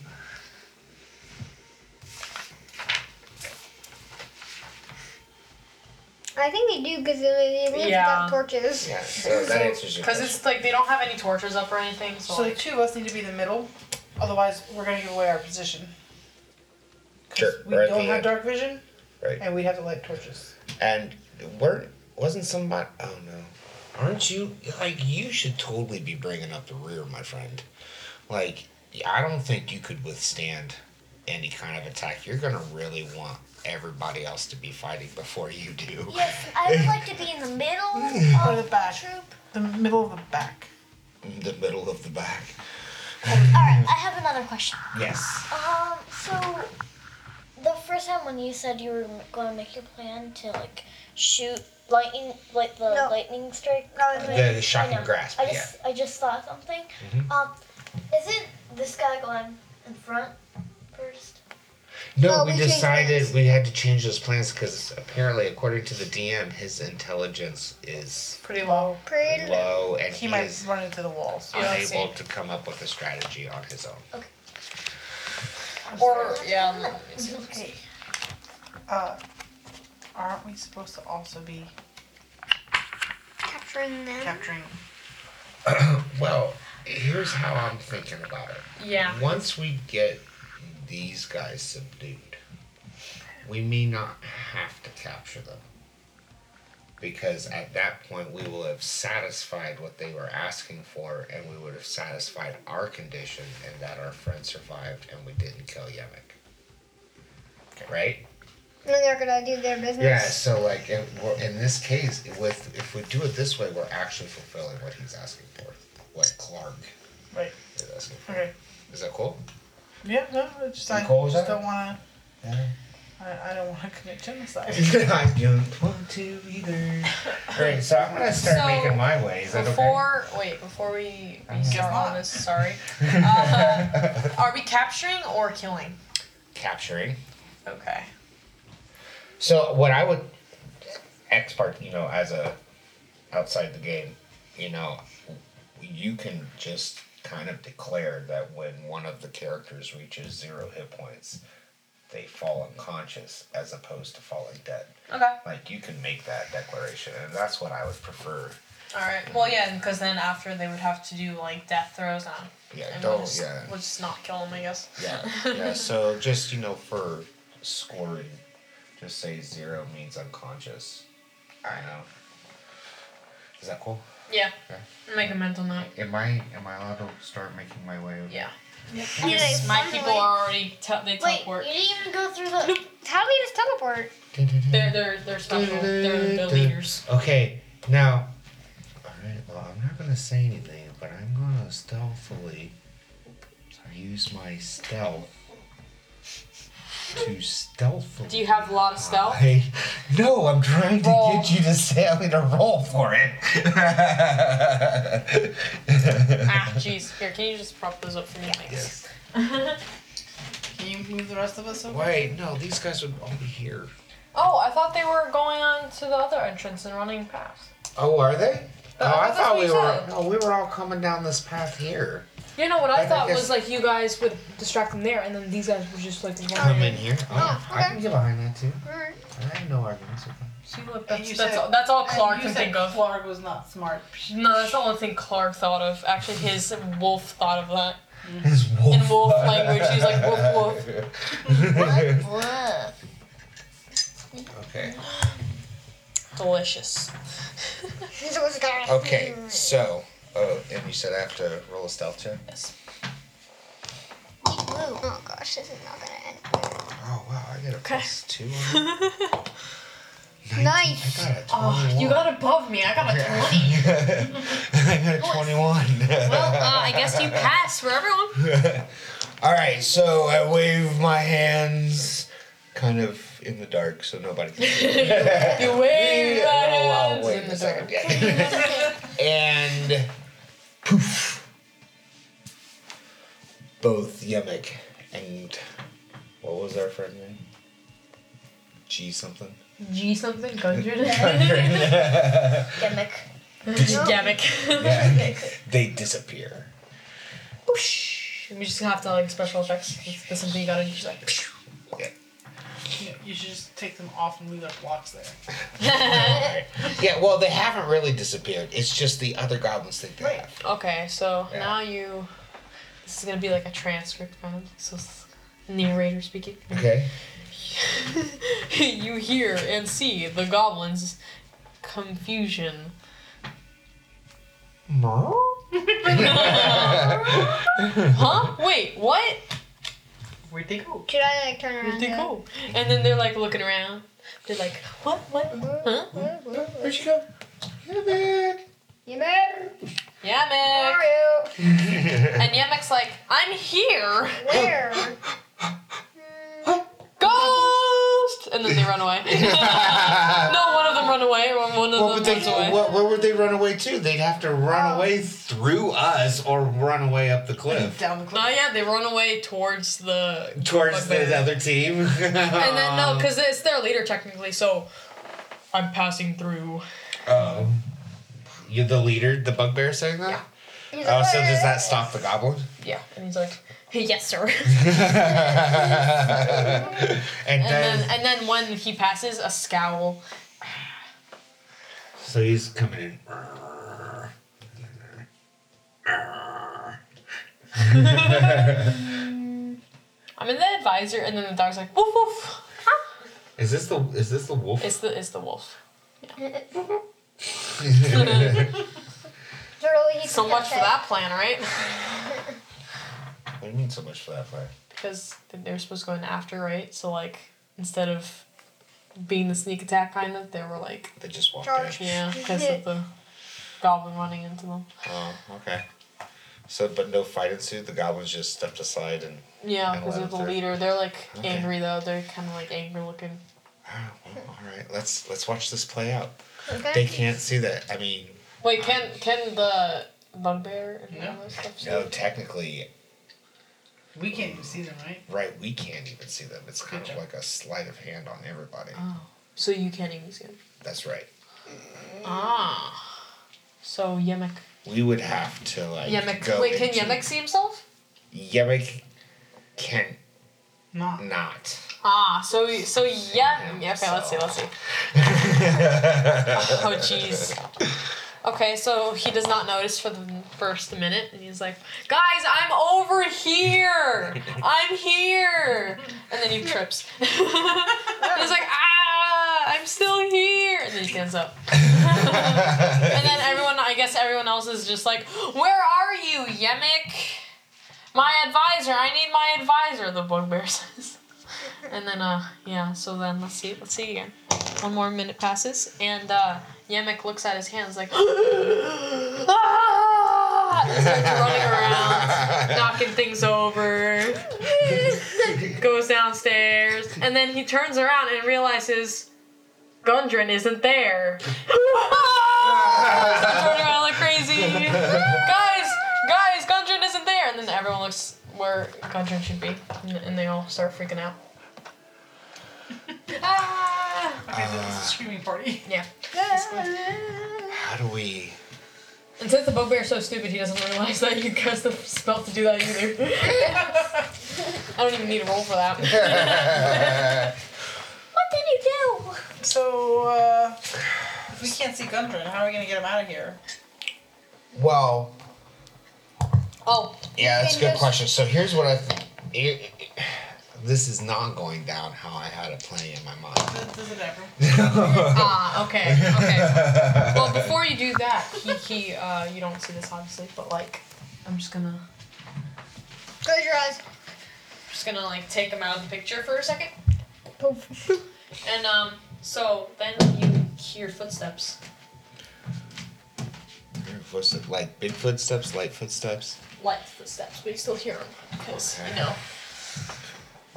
[SPEAKER 5] I think they do because they, they leave
[SPEAKER 4] Yeah.
[SPEAKER 5] without torches.
[SPEAKER 1] Yeah, so that answers your
[SPEAKER 4] Because
[SPEAKER 1] question.
[SPEAKER 4] it's like they don't have any torches up or anything. So,
[SPEAKER 3] So the
[SPEAKER 4] like,
[SPEAKER 3] two of us need to be in the middle, otherwise we're gonna give away our position. 'Cause
[SPEAKER 1] Sure,
[SPEAKER 3] We
[SPEAKER 1] we're at
[SPEAKER 3] don't
[SPEAKER 1] the
[SPEAKER 3] have
[SPEAKER 1] end.
[SPEAKER 3] dark vision,
[SPEAKER 1] Right.
[SPEAKER 3] and we have to light torches.
[SPEAKER 1] And weren't wasn't somebody? Oh no, aren't you like you should totally be bringing up the rear, my friend. Like I don't think you could withstand any kind of attack. You're gonna really want everybody else to be fighting before you do.
[SPEAKER 6] Yes, I would like to be in the middle
[SPEAKER 3] Or
[SPEAKER 6] of
[SPEAKER 3] the
[SPEAKER 6] the
[SPEAKER 3] back,
[SPEAKER 6] troop.
[SPEAKER 3] the middle of the back.
[SPEAKER 1] The middle of the back.
[SPEAKER 6] All right, I have another question.
[SPEAKER 1] Yes.
[SPEAKER 6] Um, so the first time when you said you were going to make your plan to like shoot lightning, like the
[SPEAKER 5] No.
[SPEAKER 6] lightning strike,
[SPEAKER 5] That was
[SPEAKER 6] I
[SPEAKER 5] me.
[SPEAKER 1] The, the shocking
[SPEAKER 6] know.
[SPEAKER 1] grasp.
[SPEAKER 6] I just I just saw something.
[SPEAKER 1] Mhm.
[SPEAKER 6] Um, isn't this guy going in front first?
[SPEAKER 1] yeah. No,
[SPEAKER 5] Well,
[SPEAKER 1] we,
[SPEAKER 5] we changed
[SPEAKER 1] decided
[SPEAKER 5] plans.
[SPEAKER 1] we had to change those plans because apparently, according to the DM, his intelligence is
[SPEAKER 4] pretty low.
[SPEAKER 5] Pretty
[SPEAKER 1] low, and
[SPEAKER 3] He
[SPEAKER 1] he,
[SPEAKER 3] might
[SPEAKER 1] is
[SPEAKER 3] run into the walls.
[SPEAKER 1] unable to come up with a strategy on his own.
[SPEAKER 4] Or yeah. um,
[SPEAKER 3] Hey, uh, aren't we supposed to also be
[SPEAKER 5] capturing them.
[SPEAKER 3] capturing?
[SPEAKER 1] Well, here's how I'm thinking about it.
[SPEAKER 4] Yeah.
[SPEAKER 1] Once we get these guys subdued, we may not have to capture them. Because at that point, we will have satisfied what they were asking for, and we would have satisfied our condition, and that our friend survived, and we didn't kill Yemek. Right?
[SPEAKER 5] And then they're gonna do their business.
[SPEAKER 1] Yeah, so like in, we're- in this case, with if we do it this way, we're actually fulfilling what he's asking for, what Clark
[SPEAKER 3] Right.
[SPEAKER 1] is asking for.
[SPEAKER 3] Okay.
[SPEAKER 1] Is that cool?
[SPEAKER 3] Yeah. No. It's just I
[SPEAKER 1] You cool with
[SPEAKER 3] just
[SPEAKER 1] that?
[SPEAKER 3] don't want to.
[SPEAKER 1] Yeah.
[SPEAKER 3] I, I don't want to commit genocide.
[SPEAKER 1] I don't want to either. Great, so I'm gonna start
[SPEAKER 4] So,
[SPEAKER 1] making my way. Is that
[SPEAKER 4] Before wait, before we we start
[SPEAKER 3] not.
[SPEAKER 4] on this, sorry.
[SPEAKER 1] okay?
[SPEAKER 4] uh, Are we capturing or killing?
[SPEAKER 1] Capturing.
[SPEAKER 4] Okay.
[SPEAKER 1] So what I would expert, you know, as a outside the game, you know, you can just kind of declare that when one of the characters reaches zero hit points, they fall unconscious as opposed to falling dead.
[SPEAKER 4] Okay.
[SPEAKER 1] Like you can make that declaration, and that's what I would prefer
[SPEAKER 4] Alright, well, yeah, because then after they would have to do like death throws on.
[SPEAKER 1] Yeah,
[SPEAKER 4] And
[SPEAKER 1] don't.
[SPEAKER 4] we'll just,
[SPEAKER 1] yeah,
[SPEAKER 4] We'll just not kill him, I guess.
[SPEAKER 1] yeah, yeah. So just you know, for scoring, just say zero means unconscious. I know. Is that cool?
[SPEAKER 4] Yeah.
[SPEAKER 1] Okay.
[SPEAKER 4] Make a mental note.
[SPEAKER 1] Am I am I allowed to start making my way? Over?
[SPEAKER 4] Yeah.
[SPEAKER 5] Anyway,
[SPEAKER 4] my people
[SPEAKER 5] finally-
[SPEAKER 4] are already te- they
[SPEAKER 5] Wait,
[SPEAKER 4] teleport.
[SPEAKER 5] you didn't even go through the. How do we just teleport?
[SPEAKER 4] They're they're they're special. They're the leaders.
[SPEAKER 1] Okay, now. All right. Well, I'm not gonna say anything, but I'm gonna stealthily use my stealth to stealthily.
[SPEAKER 4] Do you have a lot of stealth?
[SPEAKER 1] I, no, I'm trying to
[SPEAKER 4] Roll.
[SPEAKER 1] get you to say I need to roll for it.
[SPEAKER 4] ah, jeez. Here, can you just prop those up for me, thanks?
[SPEAKER 1] Yes.
[SPEAKER 3] Can you move the rest of us over?
[SPEAKER 1] Wait, no, these guys would all be here.
[SPEAKER 4] Oh, I thought they were going on to the other entrance and running past.
[SPEAKER 1] Oh, are they?
[SPEAKER 4] I
[SPEAKER 1] oh,
[SPEAKER 4] thought Uh,
[SPEAKER 1] I
[SPEAKER 4] that's
[SPEAKER 1] thought
[SPEAKER 4] what
[SPEAKER 1] we
[SPEAKER 4] you
[SPEAKER 1] were.
[SPEAKER 4] said.
[SPEAKER 1] No, we were all coming down this path here.
[SPEAKER 4] You know what
[SPEAKER 1] I
[SPEAKER 4] I,
[SPEAKER 1] I
[SPEAKER 4] thought
[SPEAKER 1] guess-
[SPEAKER 4] was like you guys would distract them there, and then these guys were just like
[SPEAKER 1] Come in here. Oh,
[SPEAKER 5] Oh,
[SPEAKER 1] I can
[SPEAKER 5] okay.
[SPEAKER 1] get behind that too.
[SPEAKER 5] Alright.
[SPEAKER 1] I have no arguments with them.
[SPEAKER 4] See, look,
[SPEAKER 3] And
[SPEAKER 4] that's,
[SPEAKER 3] you
[SPEAKER 4] that's,
[SPEAKER 3] said-
[SPEAKER 4] all, that's all
[SPEAKER 3] And
[SPEAKER 4] Clark
[SPEAKER 3] you
[SPEAKER 4] can
[SPEAKER 3] said
[SPEAKER 4] think of.
[SPEAKER 3] Clark was not smart.
[SPEAKER 4] No, that's the only thing Clark thought of. Actually, his wolf thought of that.
[SPEAKER 1] His wolf.
[SPEAKER 4] In wolf language, he's like, "Woof,
[SPEAKER 1] woof. okay.
[SPEAKER 4] Delicious.
[SPEAKER 5] This was kind of-
[SPEAKER 1] Okay. So, oh, and you said I have to roll a stealth check.
[SPEAKER 4] Yes.
[SPEAKER 5] Oh gosh, this is not gonna end. good.
[SPEAKER 1] Oh wow, I got a plus two. On that.
[SPEAKER 5] Nice.
[SPEAKER 1] I got a
[SPEAKER 4] Oh,
[SPEAKER 1] 21.
[SPEAKER 4] you got above me. I got a
[SPEAKER 1] Yeah.
[SPEAKER 4] 20.
[SPEAKER 1] I got a 21.
[SPEAKER 4] Well, uh, I guess you pass for everyone.
[SPEAKER 1] All right, so I wave my hands kind of in the dark so nobody can see.
[SPEAKER 4] You wave your
[SPEAKER 1] Oh, wow,
[SPEAKER 4] hands
[SPEAKER 1] wait
[SPEAKER 4] in
[SPEAKER 1] a
[SPEAKER 4] the
[SPEAKER 1] second.
[SPEAKER 4] dark.
[SPEAKER 1] yeah. and poof. Both Yemek and what was our friend name? G something.
[SPEAKER 4] G something, Gundren.
[SPEAKER 1] yeah,
[SPEAKER 6] Gimmick.
[SPEAKER 4] Gamic.
[SPEAKER 1] they, they disappear.
[SPEAKER 4] We just have to like special effects. That's- That's something you gotta do. Just like. psh.
[SPEAKER 3] You, you should just take them off and leave their blocks there.
[SPEAKER 1] Yeah, well, they haven't really disappeared. It's just the other goblins think they have.
[SPEAKER 4] Okay, so
[SPEAKER 1] Yeah.
[SPEAKER 4] now you. This is gonna be like a transcript kind of. So s- narrator speaking.
[SPEAKER 1] Okay.
[SPEAKER 4] you hear and see the goblins' confusion. Huh? Wait, what?
[SPEAKER 3] Where'd they go?
[SPEAKER 5] Should I like turn around?
[SPEAKER 4] Pretty
[SPEAKER 5] now?
[SPEAKER 4] cool. And then they're like looking around. They're like, what? What? Huh?
[SPEAKER 1] Where'd she go? Yeah,
[SPEAKER 5] You better.
[SPEAKER 4] Yamek.
[SPEAKER 5] Mario.
[SPEAKER 1] man.
[SPEAKER 4] And Yamek's like, I'm here.
[SPEAKER 5] Where?
[SPEAKER 4] Ghost. And then they run away. no, one of them run away. One one of
[SPEAKER 1] Well,
[SPEAKER 4] them
[SPEAKER 1] but they,
[SPEAKER 4] runs away.
[SPEAKER 1] what, where would they run away to? They'd have to run away through us or run away up the cliff
[SPEAKER 3] Down the
[SPEAKER 4] Oh
[SPEAKER 3] cliff.
[SPEAKER 4] yeah, they run away towards the. Um,
[SPEAKER 1] towards the other team. and
[SPEAKER 4] And then no, because it's their leader technically. So, I'm passing through.
[SPEAKER 1] oh, you're the leader, the bugbear saying that.
[SPEAKER 5] He's
[SPEAKER 1] Oh,
[SPEAKER 5] like,
[SPEAKER 1] so does that
[SPEAKER 5] "Where?"
[SPEAKER 1] stop the goblin?
[SPEAKER 4] Yeah. And he's like, hey, yes, sir.
[SPEAKER 1] and
[SPEAKER 4] and
[SPEAKER 1] then,
[SPEAKER 4] then and then when he passes, a scowl.
[SPEAKER 1] so he's coming in.
[SPEAKER 4] I'm in the advisor, and then the dog's like, woof woof.
[SPEAKER 1] Is this the is this the wolf?
[SPEAKER 4] It's the it's the wolf.
[SPEAKER 1] what
[SPEAKER 5] Literally, he
[SPEAKER 4] So
[SPEAKER 5] can
[SPEAKER 4] much for
[SPEAKER 5] touch it.
[SPEAKER 4] that plan, right?
[SPEAKER 1] do you mean so much for that play?
[SPEAKER 4] Because they're supposed to go in after, right? So like instead of being the sneak attack kind of, they were like
[SPEAKER 1] They just walked
[SPEAKER 5] Charge.
[SPEAKER 1] in.
[SPEAKER 4] yeah because of the goblin running into them.
[SPEAKER 1] Oh, okay. So, but no fight ensued. The goblins just stepped aside and.
[SPEAKER 4] Yeah,
[SPEAKER 1] And
[SPEAKER 4] because
[SPEAKER 1] let
[SPEAKER 4] of the
[SPEAKER 1] them through.
[SPEAKER 4] leader. They're like
[SPEAKER 1] Okay.
[SPEAKER 4] angry though. They're kind of like angry looking.
[SPEAKER 1] Oh, well, all right. Let's let's watch this play out.
[SPEAKER 5] Okay.
[SPEAKER 1] They can't see that. I mean,
[SPEAKER 4] Wait, can can the bugbear and all that stuff? see?
[SPEAKER 1] no, technically,
[SPEAKER 3] We can't even see them, right?
[SPEAKER 1] right? We can't even see them. It's kind of like a sleight of hand on everybody.
[SPEAKER 4] Oh, so you can't even see him.
[SPEAKER 1] That's right.
[SPEAKER 4] Mm. Ah. So Yemek.
[SPEAKER 1] We would have to like
[SPEAKER 4] Yemek.
[SPEAKER 1] go
[SPEAKER 4] Wait, can
[SPEAKER 1] into-
[SPEAKER 4] Yemek see himself?
[SPEAKER 1] Yemek can
[SPEAKER 3] Not.
[SPEAKER 1] not.
[SPEAKER 4] Ah, so so yeah. Okay, let's see. Let's see. Oh
[SPEAKER 1] oh
[SPEAKER 4] jeez. Okay, so he does not notice for the first minute, and he's like, "Guys, I'm over here! I'm here!" And then he trips. he's like, "Ah, I'm still here!" And then he stands up. And then everyone, I guess everyone else is just like, "Where are you, Yemek? My advisor! I need my advisor!" The bugbear says. And then, uh, yeah. So then, let's see. Let's see again. One more minute passes, and uh, Yemek looks at his hands like, ah! And starts running around, knocking things over. Goes downstairs, and then he turns around and realizes Gundren isn't there. Starts running around like crazy. Guys, guys, Gundren isn't there. And then everyone looks where Gundren should be, and- and they all start freaking out. Ah!
[SPEAKER 3] Okay, then it's a screaming party.
[SPEAKER 4] Yeah.
[SPEAKER 1] How do we?
[SPEAKER 4] And since the bugbear is so stupid, he doesn't realize that you cast the spell to do that either. I don't even need a roll for that.
[SPEAKER 6] What did you do?
[SPEAKER 3] So, uh, if we can't see Gundren, how are we gonna get him out of here?
[SPEAKER 1] well,
[SPEAKER 4] Oh,
[SPEAKER 1] Yeah, that's a good
[SPEAKER 5] just-
[SPEAKER 1] question. So here's what I think. It- it- this is not going down how I had it playing in my mind.
[SPEAKER 3] Does, does it ever?
[SPEAKER 4] ah, okay, okay. Well, before you do that, he, he, uh, you don't see this obviously, but like, I'm just gonna,
[SPEAKER 5] Close your eyes.
[SPEAKER 4] just gonna like take him out of the picture for a second. And um, so then you hear footsteps.
[SPEAKER 1] What's it like? Big footsteps, light footsteps,
[SPEAKER 4] light footsteps, but you still hear them because you know.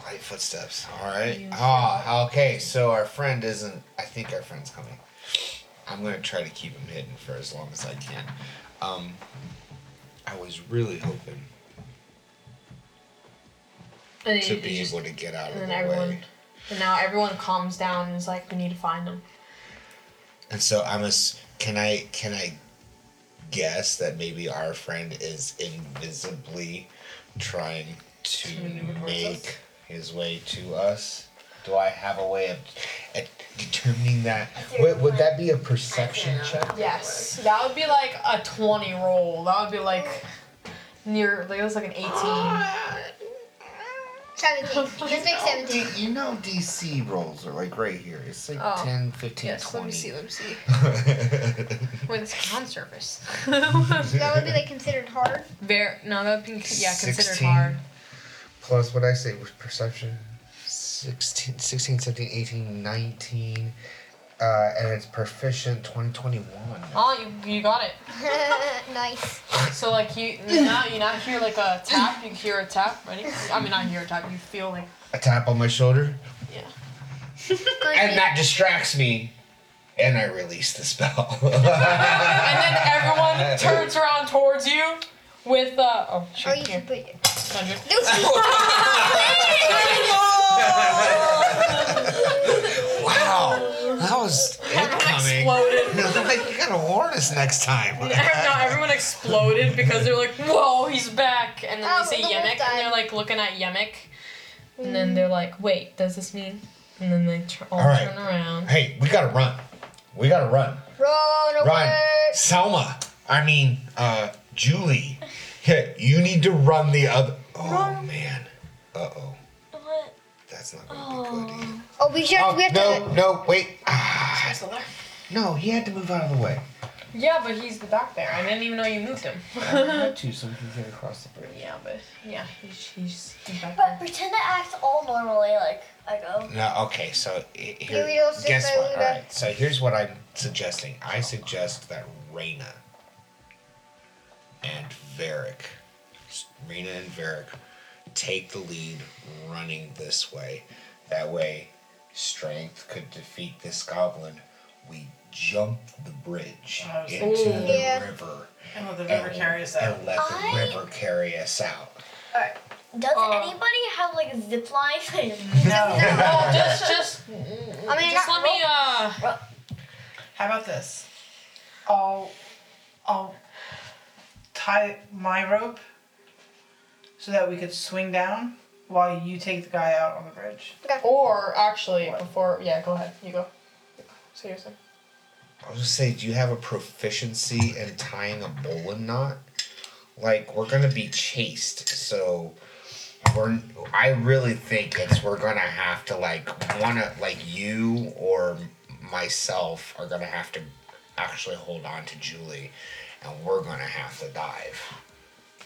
[SPEAKER 1] light footsteps. All right.
[SPEAKER 4] Yeah.
[SPEAKER 1] Ah, okay. So our friend isn't. I think our friend's coming. I'm gonna try to keep him hidden for as long as I can. Um, I was really hoping
[SPEAKER 4] And
[SPEAKER 1] to
[SPEAKER 4] you-
[SPEAKER 1] be
[SPEAKER 4] you just-
[SPEAKER 1] able to get out of
[SPEAKER 4] and
[SPEAKER 1] the
[SPEAKER 4] then everyone,
[SPEAKER 1] way.
[SPEAKER 4] and now everyone calms down and is like, we need to find them.
[SPEAKER 1] And so I'm a. Can I can I guess that maybe our friend is invisibly trying to
[SPEAKER 3] maneuver towards us?
[SPEAKER 1] make his way to us? Do I have a way of at determining that? Would, would that be a perception check?
[SPEAKER 4] Yes, that would be like a twenty roll. That would be like near. Like, it was like an eighteen.
[SPEAKER 5] 17. Let's make 17.
[SPEAKER 1] D- you know DC rolls are like right here. It's like
[SPEAKER 4] Oh.
[SPEAKER 1] 10, 15,
[SPEAKER 4] Yes,
[SPEAKER 1] 20.
[SPEAKER 4] let me see. Let me see. Wait, it's on surface.
[SPEAKER 5] That would be like considered hard.
[SPEAKER 4] Bear, no, that would be yeah considered
[SPEAKER 1] 16.
[SPEAKER 4] hard.
[SPEAKER 1] Plus what I say was perception. 16, 16 17, 18, 19. Uh, and it's proficient 2021.
[SPEAKER 4] Oh, you, you got it.
[SPEAKER 5] nice.
[SPEAKER 4] So like you you now you now hear like a tap. You hear a tap. Ready? I mean, not hear a tap. You feel like
[SPEAKER 1] A tap on my shoulder.
[SPEAKER 4] yeah.
[SPEAKER 1] And that distracts me. And I release the spell.
[SPEAKER 4] And then everyone turns around towards you with uh oh
[SPEAKER 5] Oh,
[SPEAKER 4] sure
[SPEAKER 5] you
[SPEAKER 4] here
[SPEAKER 5] should put your.
[SPEAKER 4] Sandra.
[SPEAKER 1] wow. That was incoming.
[SPEAKER 4] exploded.
[SPEAKER 1] like, you gotta warn us next time.
[SPEAKER 4] no, everyone exploded because they're like, "Whoa, he's back!" And then
[SPEAKER 5] Oh,
[SPEAKER 4] they see
[SPEAKER 5] the wolf
[SPEAKER 4] Yemek, and
[SPEAKER 5] died.
[SPEAKER 4] they're like looking at Yemek, and then they're like, "Wait, does this mean?" And then they tr- all,
[SPEAKER 1] All right.
[SPEAKER 4] turn around.
[SPEAKER 1] Hey, we gotta run. We gotta run.
[SPEAKER 5] Run away.
[SPEAKER 1] Run. Selma. I mean, uh, Julie. Hey, you need to run the other. Oh, man. Uh oh.
[SPEAKER 6] What?
[SPEAKER 1] That's not gonna be good either.
[SPEAKER 5] Oh, we should.
[SPEAKER 1] Oh,
[SPEAKER 5] we have
[SPEAKER 1] no,
[SPEAKER 5] to.
[SPEAKER 1] no, wait. Ah, no, he had to move out of the way.
[SPEAKER 4] Yeah, but he's the back there. I didn't even know you moved him.
[SPEAKER 1] to, so we can get across the bridge.
[SPEAKER 4] yeah, but yeah, he's he's the back
[SPEAKER 6] But
[SPEAKER 4] there.
[SPEAKER 6] pretend to act all normally, like I go.
[SPEAKER 1] No, okay, so he- here,
[SPEAKER 5] we all sit
[SPEAKER 1] guess
[SPEAKER 5] by
[SPEAKER 1] what?
[SPEAKER 5] Luna?
[SPEAKER 1] Alright, so here's what I'm suggesting. I suggest that Reyna and Varric, Reyna and Varric, take the lead running this way. That way, strength could defeat this goblin. We jump the bridge
[SPEAKER 3] Oh, I was
[SPEAKER 1] into
[SPEAKER 4] thinking-
[SPEAKER 1] the
[SPEAKER 5] Yeah.
[SPEAKER 1] river
[SPEAKER 3] And let the river carry us out.
[SPEAKER 1] and let the
[SPEAKER 6] I-
[SPEAKER 1] river carry us out.
[SPEAKER 6] Does
[SPEAKER 4] Oh.
[SPEAKER 5] Uh.
[SPEAKER 6] anybody have like a zip line?
[SPEAKER 3] No.
[SPEAKER 4] Oh, just just
[SPEAKER 5] I mean,
[SPEAKER 4] just let me uh.
[SPEAKER 3] How about this? I'll I'll tie my rope so that we could swing down while you take the guy out on the bridge.
[SPEAKER 4] Or actually, before yeah, go ahead. You go. Seriously.
[SPEAKER 1] I was gonna say, do you have a proficiency in tying a bowline knot? Like we're gonna be chased, so we're. I really think it's we're gonna have to like wanna like you or myself are gonna have to actually hold on to Julie, and we're gonna have to dive.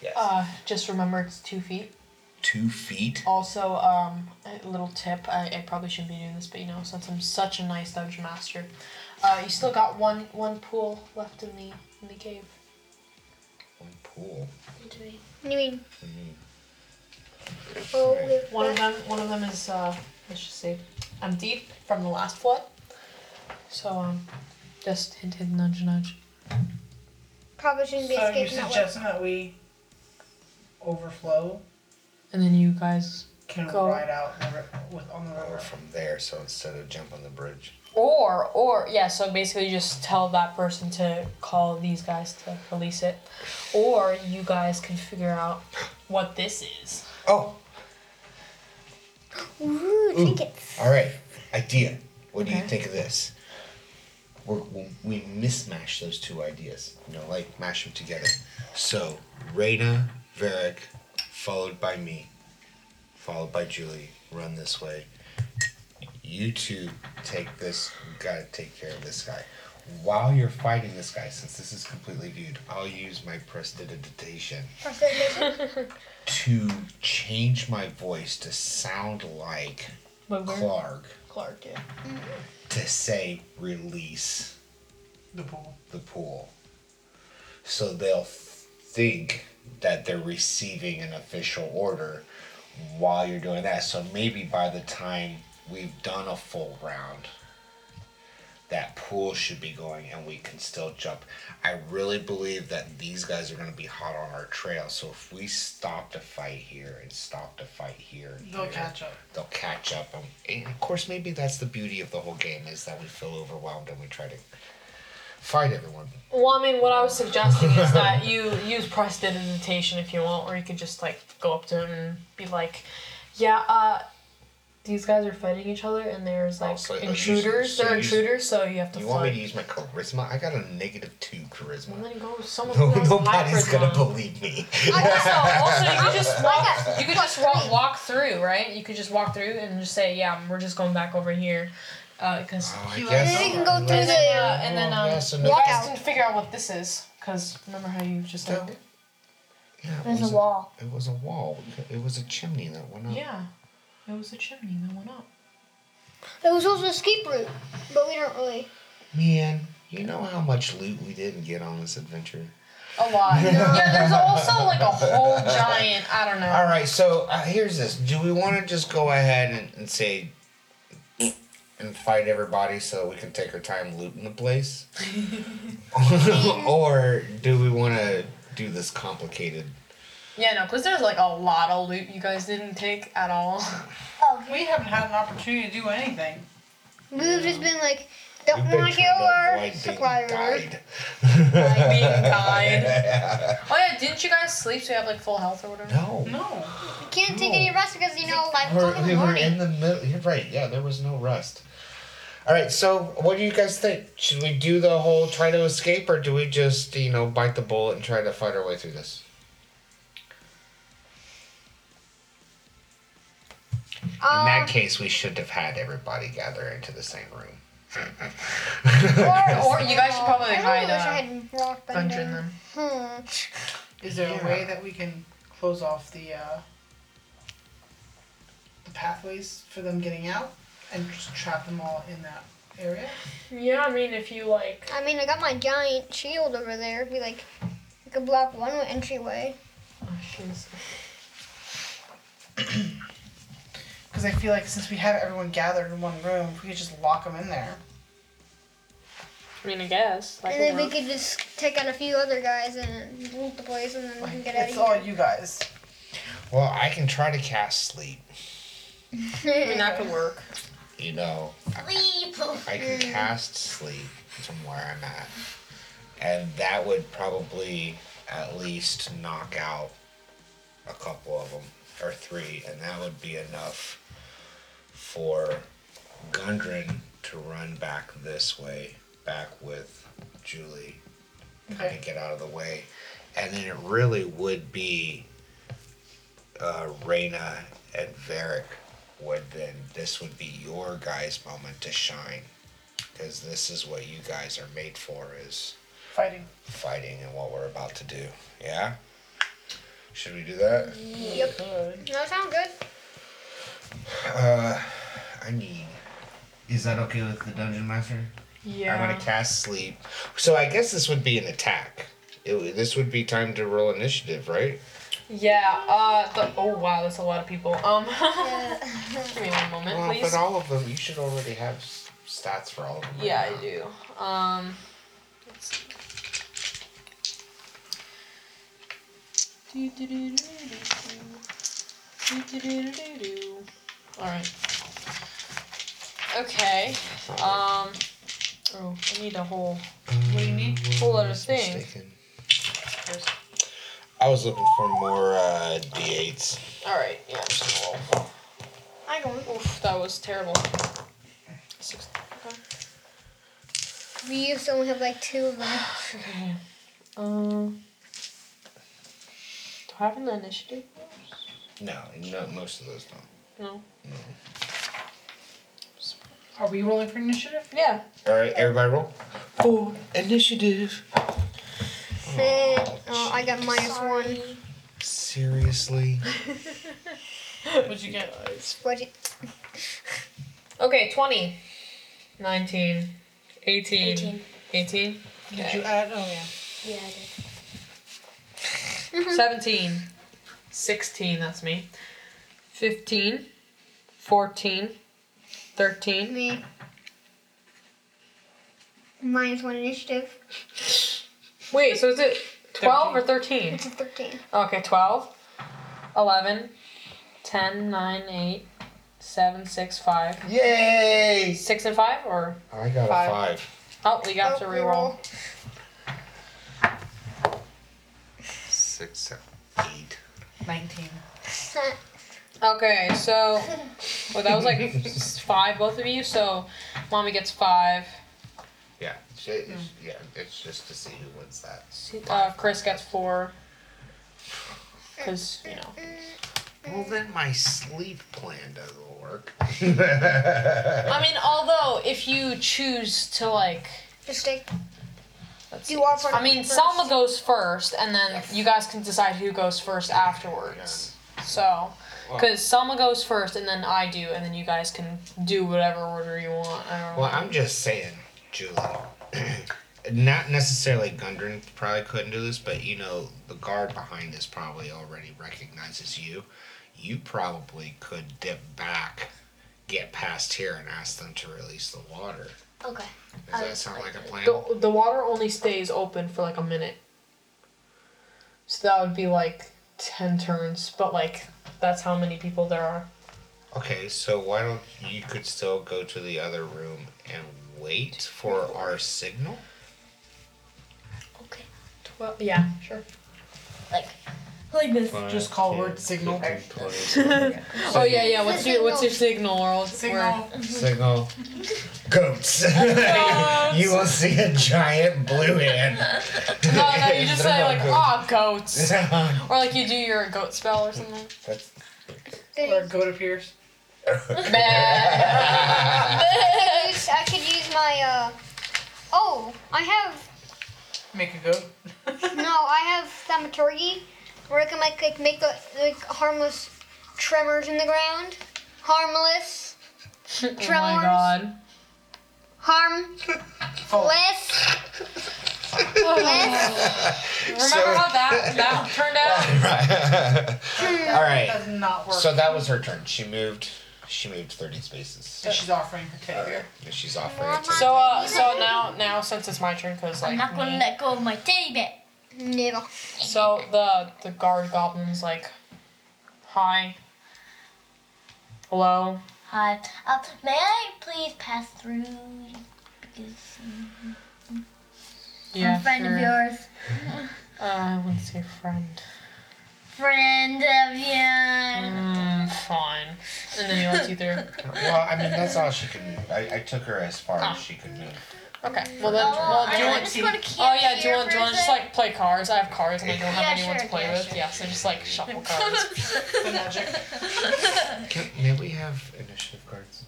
[SPEAKER 1] Yes.
[SPEAKER 4] Uh, just remember it's two feet.
[SPEAKER 1] Two feet.
[SPEAKER 4] Also, um, a little tip. I, I probably shouldn't be doing this, but you know, since I'm such a nice dungeon master, uh, you still got one one pool left in the in the cave.
[SPEAKER 1] One pool.
[SPEAKER 5] What do you mean?
[SPEAKER 1] Hmm.
[SPEAKER 5] Oh, we have
[SPEAKER 4] One of them, one of them is uh, let's just say, emptied from the last flood. So um, just hint, hint, nudge, nudge.
[SPEAKER 5] probably shouldn't be
[SPEAKER 3] So you're
[SPEAKER 5] escaping that way.
[SPEAKER 3] suggesting that we overflow?
[SPEAKER 4] And then you guys,
[SPEAKER 3] Can
[SPEAKER 4] Go.
[SPEAKER 3] ride out the ri- with on the
[SPEAKER 1] Or
[SPEAKER 3] river?
[SPEAKER 1] from there, so instead of jump on the bridge.
[SPEAKER 4] or or yeah. So basically, just tell that person to call these guys to release it, or you guys can figure out what this is.
[SPEAKER 1] Oh,
[SPEAKER 5] Ooh, trinkets.
[SPEAKER 1] All right, idea. What do you
[SPEAKER 4] Okay.
[SPEAKER 1] think of this? We're, we we mismatch those two ideas, you know, like mash them together. So, Raina, Varric, followed by me, followed by Julie, run this way. You two take this, you gotta take care of this guy. While you're fighting this guy, since this is completely nude, I'll use my prestidigitation
[SPEAKER 5] Prestidigitation?
[SPEAKER 1] to change my voice to sound like
[SPEAKER 4] But we're-
[SPEAKER 1] Clark
[SPEAKER 4] Clark, yeah.
[SPEAKER 1] to say release
[SPEAKER 3] The pool.
[SPEAKER 1] the pool. So they'll think that they're receiving an official order while you're doing that. So maybe by the time we've done a full round, that pool should be going and we can still jump. I really believe that these guys are going to be hot on our trail. So if we stop to fight here and stop to fight here, and
[SPEAKER 3] They'll
[SPEAKER 1] here,
[SPEAKER 3] catch up.
[SPEAKER 1] they'll catch up. And, and of course, maybe that's the beauty of the whole game is that we feel overwhelmed and we try to fight everyone.
[SPEAKER 4] Well, I mean, what I was suggesting is that you use prestidigitation if you want, or you could just like go up to him and be like, "Yeah, uh, these guys are fighting each other, and there's like
[SPEAKER 1] Oh, so- oh, you-
[SPEAKER 4] intruders.
[SPEAKER 1] so
[SPEAKER 4] They're
[SPEAKER 1] you-
[SPEAKER 4] intruders, so you have to
[SPEAKER 1] You want me
[SPEAKER 4] fly."
[SPEAKER 1] to use my charisma? I got a negative two
[SPEAKER 4] And
[SPEAKER 1] charisma.
[SPEAKER 4] then go with someone
[SPEAKER 1] No,
[SPEAKER 4] who has
[SPEAKER 1] nobody's
[SPEAKER 4] high
[SPEAKER 1] gonna
[SPEAKER 4] charisma.
[SPEAKER 1] believe me.
[SPEAKER 4] Also, also, you could just walk.
[SPEAKER 5] got
[SPEAKER 4] You could just walk, walk through, right? You could just walk through and just say, "Yeah, we're just going back over here," uh, because.
[SPEAKER 1] Oh, I
[SPEAKER 3] You
[SPEAKER 1] guess-
[SPEAKER 5] Then we can go
[SPEAKER 1] Oh,
[SPEAKER 5] through
[SPEAKER 1] yeah,
[SPEAKER 4] and then, uh, and then
[SPEAKER 5] the
[SPEAKER 4] um,
[SPEAKER 1] yeah, so
[SPEAKER 4] you
[SPEAKER 1] no-
[SPEAKER 5] walk
[SPEAKER 4] guys
[SPEAKER 5] out.
[SPEAKER 4] can figure out what this is, because remember how you just like.
[SPEAKER 1] yeah, it
[SPEAKER 6] There's
[SPEAKER 1] was
[SPEAKER 6] a wall.
[SPEAKER 1] It was a wall. It was a chimney that went up.
[SPEAKER 4] Yeah, it was a chimney that went up.
[SPEAKER 5] There was also an escape route, but we don't really.
[SPEAKER 1] Man, you know how much loot we didn't get on this adventure.
[SPEAKER 4] A lot. yeah, there's also like a whole giant. I don't know.
[SPEAKER 1] All right, so uh, here's this. Do we want to just go ahead and, and say and fight everybody so we can take our time looting the place? or do we want to do this complicated?
[SPEAKER 4] Yeah, no, because there's like a lot of loot you guys didn't take at all.
[SPEAKER 3] We haven't had an opportunity to do anything.
[SPEAKER 5] We've just been like,
[SPEAKER 1] We've
[SPEAKER 5] don't
[SPEAKER 1] been
[SPEAKER 5] want to
[SPEAKER 1] trying
[SPEAKER 5] kill our
[SPEAKER 1] avoid being
[SPEAKER 5] supplier.
[SPEAKER 1] died.
[SPEAKER 4] Like being died. Oh yeah, didn't you guys sleep so you have like full health or whatever?
[SPEAKER 1] No.
[SPEAKER 3] No.
[SPEAKER 5] We can't take any rest because you know, five
[SPEAKER 1] We're,
[SPEAKER 5] o'clock in
[SPEAKER 1] we
[SPEAKER 5] the
[SPEAKER 1] were
[SPEAKER 5] morning.
[SPEAKER 1] in the middle. You're right. Yeah, there was no rest. All right. So, what do you guys think? Should we do the whole try to escape, or do we just you know bite the bullet and try to fight our way through this? In
[SPEAKER 5] Um,
[SPEAKER 1] that case, we should have had everybody gather into the same room.
[SPEAKER 4] Or you guys should probably
[SPEAKER 5] I
[SPEAKER 4] hide
[SPEAKER 5] really wish I
[SPEAKER 4] uh,
[SPEAKER 5] had rock band
[SPEAKER 4] dungeon
[SPEAKER 5] on.
[SPEAKER 4] then.
[SPEAKER 5] Hmm.
[SPEAKER 3] Is there
[SPEAKER 1] Yeah.
[SPEAKER 3] a way that we can close off the uh, the pathways for them getting out and just trap them all in that area?
[SPEAKER 4] Yeah, I mean if you like.
[SPEAKER 5] I mean, I got my giant shield over there. If you like, you could block one entryway.
[SPEAKER 4] Oh, jeez.
[SPEAKER 3] Because I feel like since we have everyone gathered in one room, if we could just lock them in there.
[SPEAKER 4] I mean I guess. That
[SPEAKER 5] And
[SPEAKER 4] could
[SPEAKER 5] then we
[SPEAKER 4] work.
[SPEAKER 5] could just take out a few other guys and loot the place and then we can get out
[SPEAKER 3] It's
[SPEAKER 5] of
[SPEAKER 3] all you guys.
[SPEAKER 1] Well, I can try to cast sleep.
[SPEAKER 4] I mean
[SPEAKER 5] here.
[SPEAKER 4] that could work.
[SPEAKER 1] You know, I can cast sleep from where I'm at, and that would probably at least knock out a couple of them or three, and that would be enough for Gundren to run back this way back with Julie, kind
[SPEAKER 3] Okay.
[SPEAKER 1] of get out of the way, and then it really would be uh, Reyna and Varric would then this would be your guys' moment to shine, because this is what you guys are made for is
[SPEAKER 3] Fighting.
[SPEAKER 1] fighting and what we're about to do. Yeah. Should we do that?
[SPEAKER 5] Yep. That sounds good.
[SPEAKER 1] Uh, I need. Is that okay with the dungeon master?
[SPEAKER 4] Yeah.
[SPEAKER 1] I'm gonna cast sleep. So I guess this would be an attack. It, would- this would be time to roll initiative, right?
[SPEAKER 4] Yeah, uh, the, oh wow, that's a lot of people. Um,
[SPEAKER 5] Yeah.
[SPEAKER 4] give me one moment,
[SPEAKER 1] Well,
[SPEAKER 4] please.
[SPEAKER 1] but all of them, you should already have s- stats for all of them. right
[SPEAKER 4] Yeah,
[SPEAKER 1] now.
[SPEAKER 4] I do. Um, let's see. Do-do-do-do-do-do. Do-do-do-do-do-do. All right. Okay. Um. Oh, I need a whole.
[SPEAKER 1] Um,
[SPEAKER 3] What do you need?
[SPEAKER 4] Whole other
[SPEAKER 1] I was
[SPEAKER 4] thing.
[SPEAKER 1] mistaken. I was looking for more uh, d8s.
[SPEAKER 4] All right. Yeah, I'm just gonna roll.
[SPEAKER 5] I don't.
[SPEAKER 4] Oof, that was terrible. Six.
[SPEAKER 5] We used to only have like two of them.
[SPEAKER 4] Okay. Um. Do I have an initiative?
[SPEAKER 1] No, no, most of those don't.
[SPEAKER 4] No.
[SPEAKER 3] Are we rolling for initiative?
[SPEAKER 4] Yeah.
[SPEAKER 1] All right, everybody roll.
[SPEAKER 3] Four.
[SPEAKER 1] Initiative.
[SPEAKER 5] Eh, oh, I got minus one.
[SPEAKER 1] Seriously?
[SPEAKER 3] What'd you get?
[SPEAKER 5] What? it-
[SPEAKER 4] Okay, 20. 19. 18.
[SPEAKER 6] 18.
[SPEAKER 4] 18?
[SPEAKER 3] Did you add? Oh yeah.
[SPEAKER 6] Yeah, I did.
[SPEAKER 5] Mm-hmm.
[SPEAKER 4] 17. 16, that's me. 15. 14. 13.
[SPEAKER 5] Me. Minus one initiative.
[SPEAKER 4] Wait, so is it 12 or 13?
[SPEAKER 5] It's a thirteen.
[SPEAKER 4] Okay, 12. 11. 10, 9, 8. 7, 6, 5.
[SPEAKER 1] Yay!
[SPEAKER 4] 6 and 5 or?
[SPEAKER 1] I got
[SPEAKER 3] Five.
[SPEAKER 1] a five.
[SPEAKER 4] Oh, we got
[SPEAKER 5] Oh,
[SPEAKER 4] to
[SPEAKER 5] we
[SPEAKER 4] reroll.
[SPEAKER 5] roll.
[SPEAKER 1] Six, seven, eight.
[SPEAKER 3] Nineteen.
[SPEAKER 4] Okay, so well that was like s- five both of you. So mommy gets five.
[SPEAKER 1] Yeah, it's, it's- yeah, it's just to see who wins that.
[SPEAKER 4] Uh, Chris gets four. Cause you know.
[SPEAKER 1] Well, then my sleep plan doesn't work.
[SPEAKER 4] I mean, although if you choose to like,
[SPEAKER 5] Just take.
[SPEAKER 4] let's
[SPEAKER 5] Do
[SPEAKER 4] see.
[SPEAKER 5] you all want
[SPEAKER 4] I mean,
[SPEAKER 5] first?
[SPEAKER 4] Selma goes first, and then you guys can decide who goes first afterwards. So, because Selma goes first, and then I do, and then you guys can do whatever order you want. I don't know.
[SPEAKER 1] Well, I'm just saying, Julie. Not necessarily Gundren probably couldn't do this, but you know, the guard behind this probably already recognizes you. You probably could dip back, get past here, and ask them to release the water.
[SPEAKER 6] Okay.
[SPEAKER 1] Does that sound like a plan?
[SPEAKER 4] The, the water only stays open for like a minute. So that would be like 10 turns, but like that's how many people there are.
[SPEAKER 1] Okay, so why don't you could still go to the other room and wait for our signal?
[SPEAKER 6] Okay.
[SPEAKER 4] 12, yeah, sure.
[SPEAKER 6] Like, like this.
[SPEAKER 3] Just call word signal.
[SPEAKER 4] oh, yeah, yeah. What's your what's your signal world?
[SPEAKER 3] Signal.
[SPEAKER 1] signal. Goats. you will see a giant blue hand.
[SPEAKER 4] No, Oh, no, you just say like, ah, goats.
[SPEAKER 1] That's
[SPEAKER 4] Or like you do your goat spell or something.
[SPEAKER 3] Or
[SPEAKER 5] Did
[SPEAKER 3] go to Pierce.
[SPEAKER 4] Oh
[SPEAKER 5] I use- I could use my. uh... Oh, I have.
[SPEAKER 3] Make a goat.
[SPEAKER 5] No, I have thaumaturgy, where I can like, like make a, like harmless tremors in the ground. Harmless.
[SPEAKER 4] oh my
[SPEAKER 5] Tremors.
[SPEAKER 4] god.
[SPEAKER 5] Harmless. Less.
[SPEAKER 4] Remember how that that turned out?
[SPEAKER 1] All right.
[SPEAKER 3] Does not work.
[SPEAKER 1] So that was her turn. She moved. She moved thirty spaces.
[SPEAKER 3] And she's offering her teddy bear.
[SPEAKER 1] And She's offering it to
[SPEAKER 4] So uh, so now now since it's my turn, cause like
[SPEAKER 6] I'm not gonna
[SPEAKER 4] me-
[SPEAKER 6] let go of my teddy bear.
[SPEAKER 5] Never.
[SPEAKER 4] So the the guard goblin's like, hi. Hello.
[SPEAKER 6] Hi. Uh, may I please pass through? Because I'm a friend of yours.
[SPEAKER 4] Uh, I wouldn't say friend.
[SPEAKER 6] Friend of yours.
[SPEAKER 4] Mm, fine. And then he lets you through. Ah.
[SPEAKER 1] Well, I mean that's all she could move. I, I took her as far as she could move.
[SPEAKER 4] Okay. Well then, well, do you
[SPEAKER 6] I'm
[SPEAKER 4] want?
[SPEAKER 6] just going Oh, to keep
[SPEAKER 4] Oh yeah, do you
[SPEAKER 6] here
[SPEAKER 4] want? Do
[SPEAKER 6] for
[SPEAKER 4] you
[SPEAKER 6] a
[SPEAKER 4] want to just
[SPEAKER 6] sec.
[SPEAKER 4] like play cards? I have cards and I don't have
[SPEAKER 6] Yeah,
[SPEAKER 4] anyone
[SPEAKER 6] sure,
[SPEAKER 4] to play
[SPEAKER 6] yeah,
[SPEAKER 4] with.
[SPEAKER 6] sure.
[SPEAKER 4] Yeah, so just like shuffle cards.
[SPEAKER 3] The magic.
[SPEAKER 1] Can, may we have initiative cards?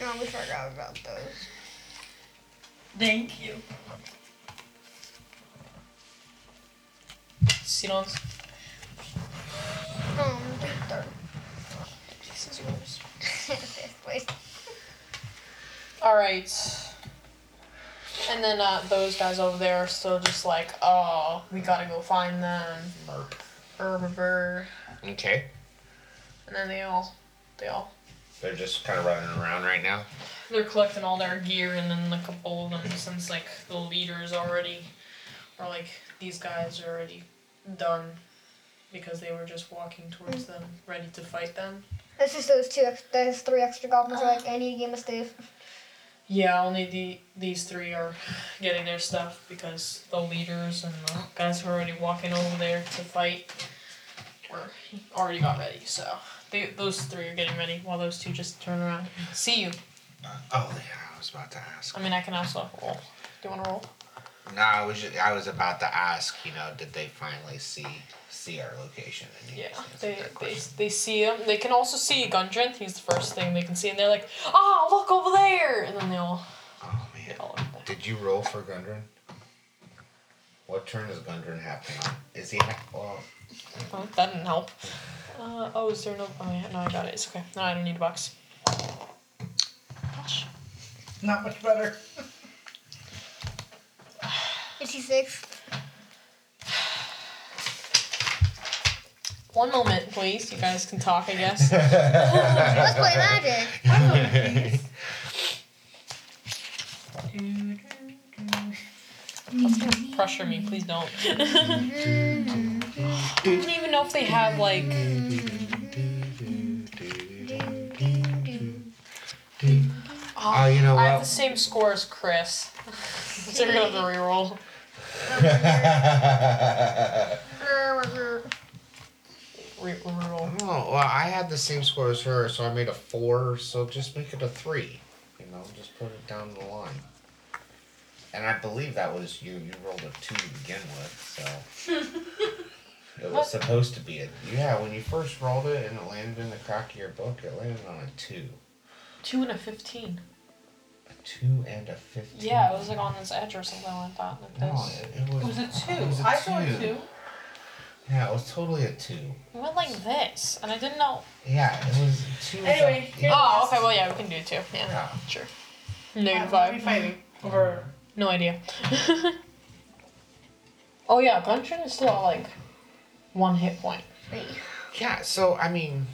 [SPEAKER 5] No, we forgot about those.
[SPEAKER 3] Thank you.
[SPEAKER 4] Sidons.
[SPEAKER 5] Um, third. Fifth place.
[SPEAKER 4] All right. And then uh, those guys over there are still just like, oh, we gotta go find them.
[SPEAKER 1] Merp.
[SPEAKER 4] Herber.
[SPEAKER 1] Okay.
[SPEAKER 4] And then they all, they all,
[SPEAKER 1] They're just kind of running around right now.
[SPEAKER 4] they're collecting all their gear, and then a couple of them, since like the leaders already, or like these guys are already done, because they were just walking towards them, ready to fight them.
[SPEAKER 5] That's just those two. ex- Those three extra goblins. Like I need a game of Steve.
[SPEAKER 4] Yeah, only the these three are getting their stuff because the leaders and the guys who are already walking over there to fight were already got ready. So they those three are getting ready while those two just turn around. See you.
[SPEAKER 1] Oh yeah, I was about to ask.
[SPEAKER 4] I mean, I can also roll. Do you want to roll?
[SPEAKER 1] No, I was ju- I was about to ask. You know, did they finally see see our location? And you
[SPEAKER 4] Yeah,
[SPEAKER 1] just answered
[SPEAKER 4] they,
[SPEAKER 1] that
[SPEAKER 4] they,
[SPEAKER 1] question.
[SPEAKER 4] they see him. They can also see Gundren. He's the first thing they can see, and they're like, "Ah, look over there!" And then they all
[SPEAKER 1] Oh
[SPEAKER 4] they
[SPEAKER 1] man.
[SPEAKER 4] all look back.
[SPEAKER 1] Did you roll for Gundren? What turn is Gundren happening on? Is he? Ha- oh,
[SPEAKER 4] Oh, that didn't help. Uh, oh, is there no? Oh yeah, no, I got it. It's okay. No, I don't need a box. Gosh.
[SPEAKER 3] Not much better.
[SPEAKER 5] Is he six?
[SPEAKER 4] One moment, please. You guys can talk, I guess.
[SPEAKER 5] Let's play magic.
[SPEAKER 4] Pressure me, please don't. I don't even know if they have like.
[SPEAKER 1] oh, you know
[SPEAKER 4] I have the
[SPEAKER 1] what?
[SPEAKER 4] same score as Chris. so we're gonna have to reroll. Re- reroll.
[SPEAKER 1] Oh, well, I had the same score as her, so I made a four. So just make it a three. You know, just put it down the line. And I believe that was you. You rolled a two to begin with, so it was supposed to be a yeah. When you first rolled it and it landed in the crack of your book, it landed on a two,
[SPEAKER 4] Two and a fifteen.
[SPEAKER 1] a two and a fifteen.
[SPEAKER 4] Yeah, it was like on this edge or something like that. Like
[SPEAKER 1] No,
[SPEAKER 4] this.
[SPEAKER 1] it, it was.
[SPEAKER 3] Was it two?
[SPEAKER 1] It was a
[SPEAKER 3] I saw
[SPEAKER 1] two.
[SPEAKER 3] a two.
[SPEAKER 1] Yeah, it was totally a two.
[SPEAKER 4] It went like this, and I didn't know.
[SPEAKER 1] Yeah, it was a two.
[SPEAKER 3] Anyway,
[SPEAKER 1] yeah.
[SPEAKER 4] Oh, okay. Well, yeah, we can do two. Yeah,
[SPEAKER 1] Yeah.
[SPEAKER 4] sure.
[SPEAKER 3] Why
[SPEAKER 4] Negative
[SPEAKER 3] are we
[SPEAKER 4] five.
[SPEAKER 3] fighting over
[SPEAKER 4] No idea. oh yeah, Guntrin is still at like one hit point.
[SPEAKER 1] Yeah, so I mean,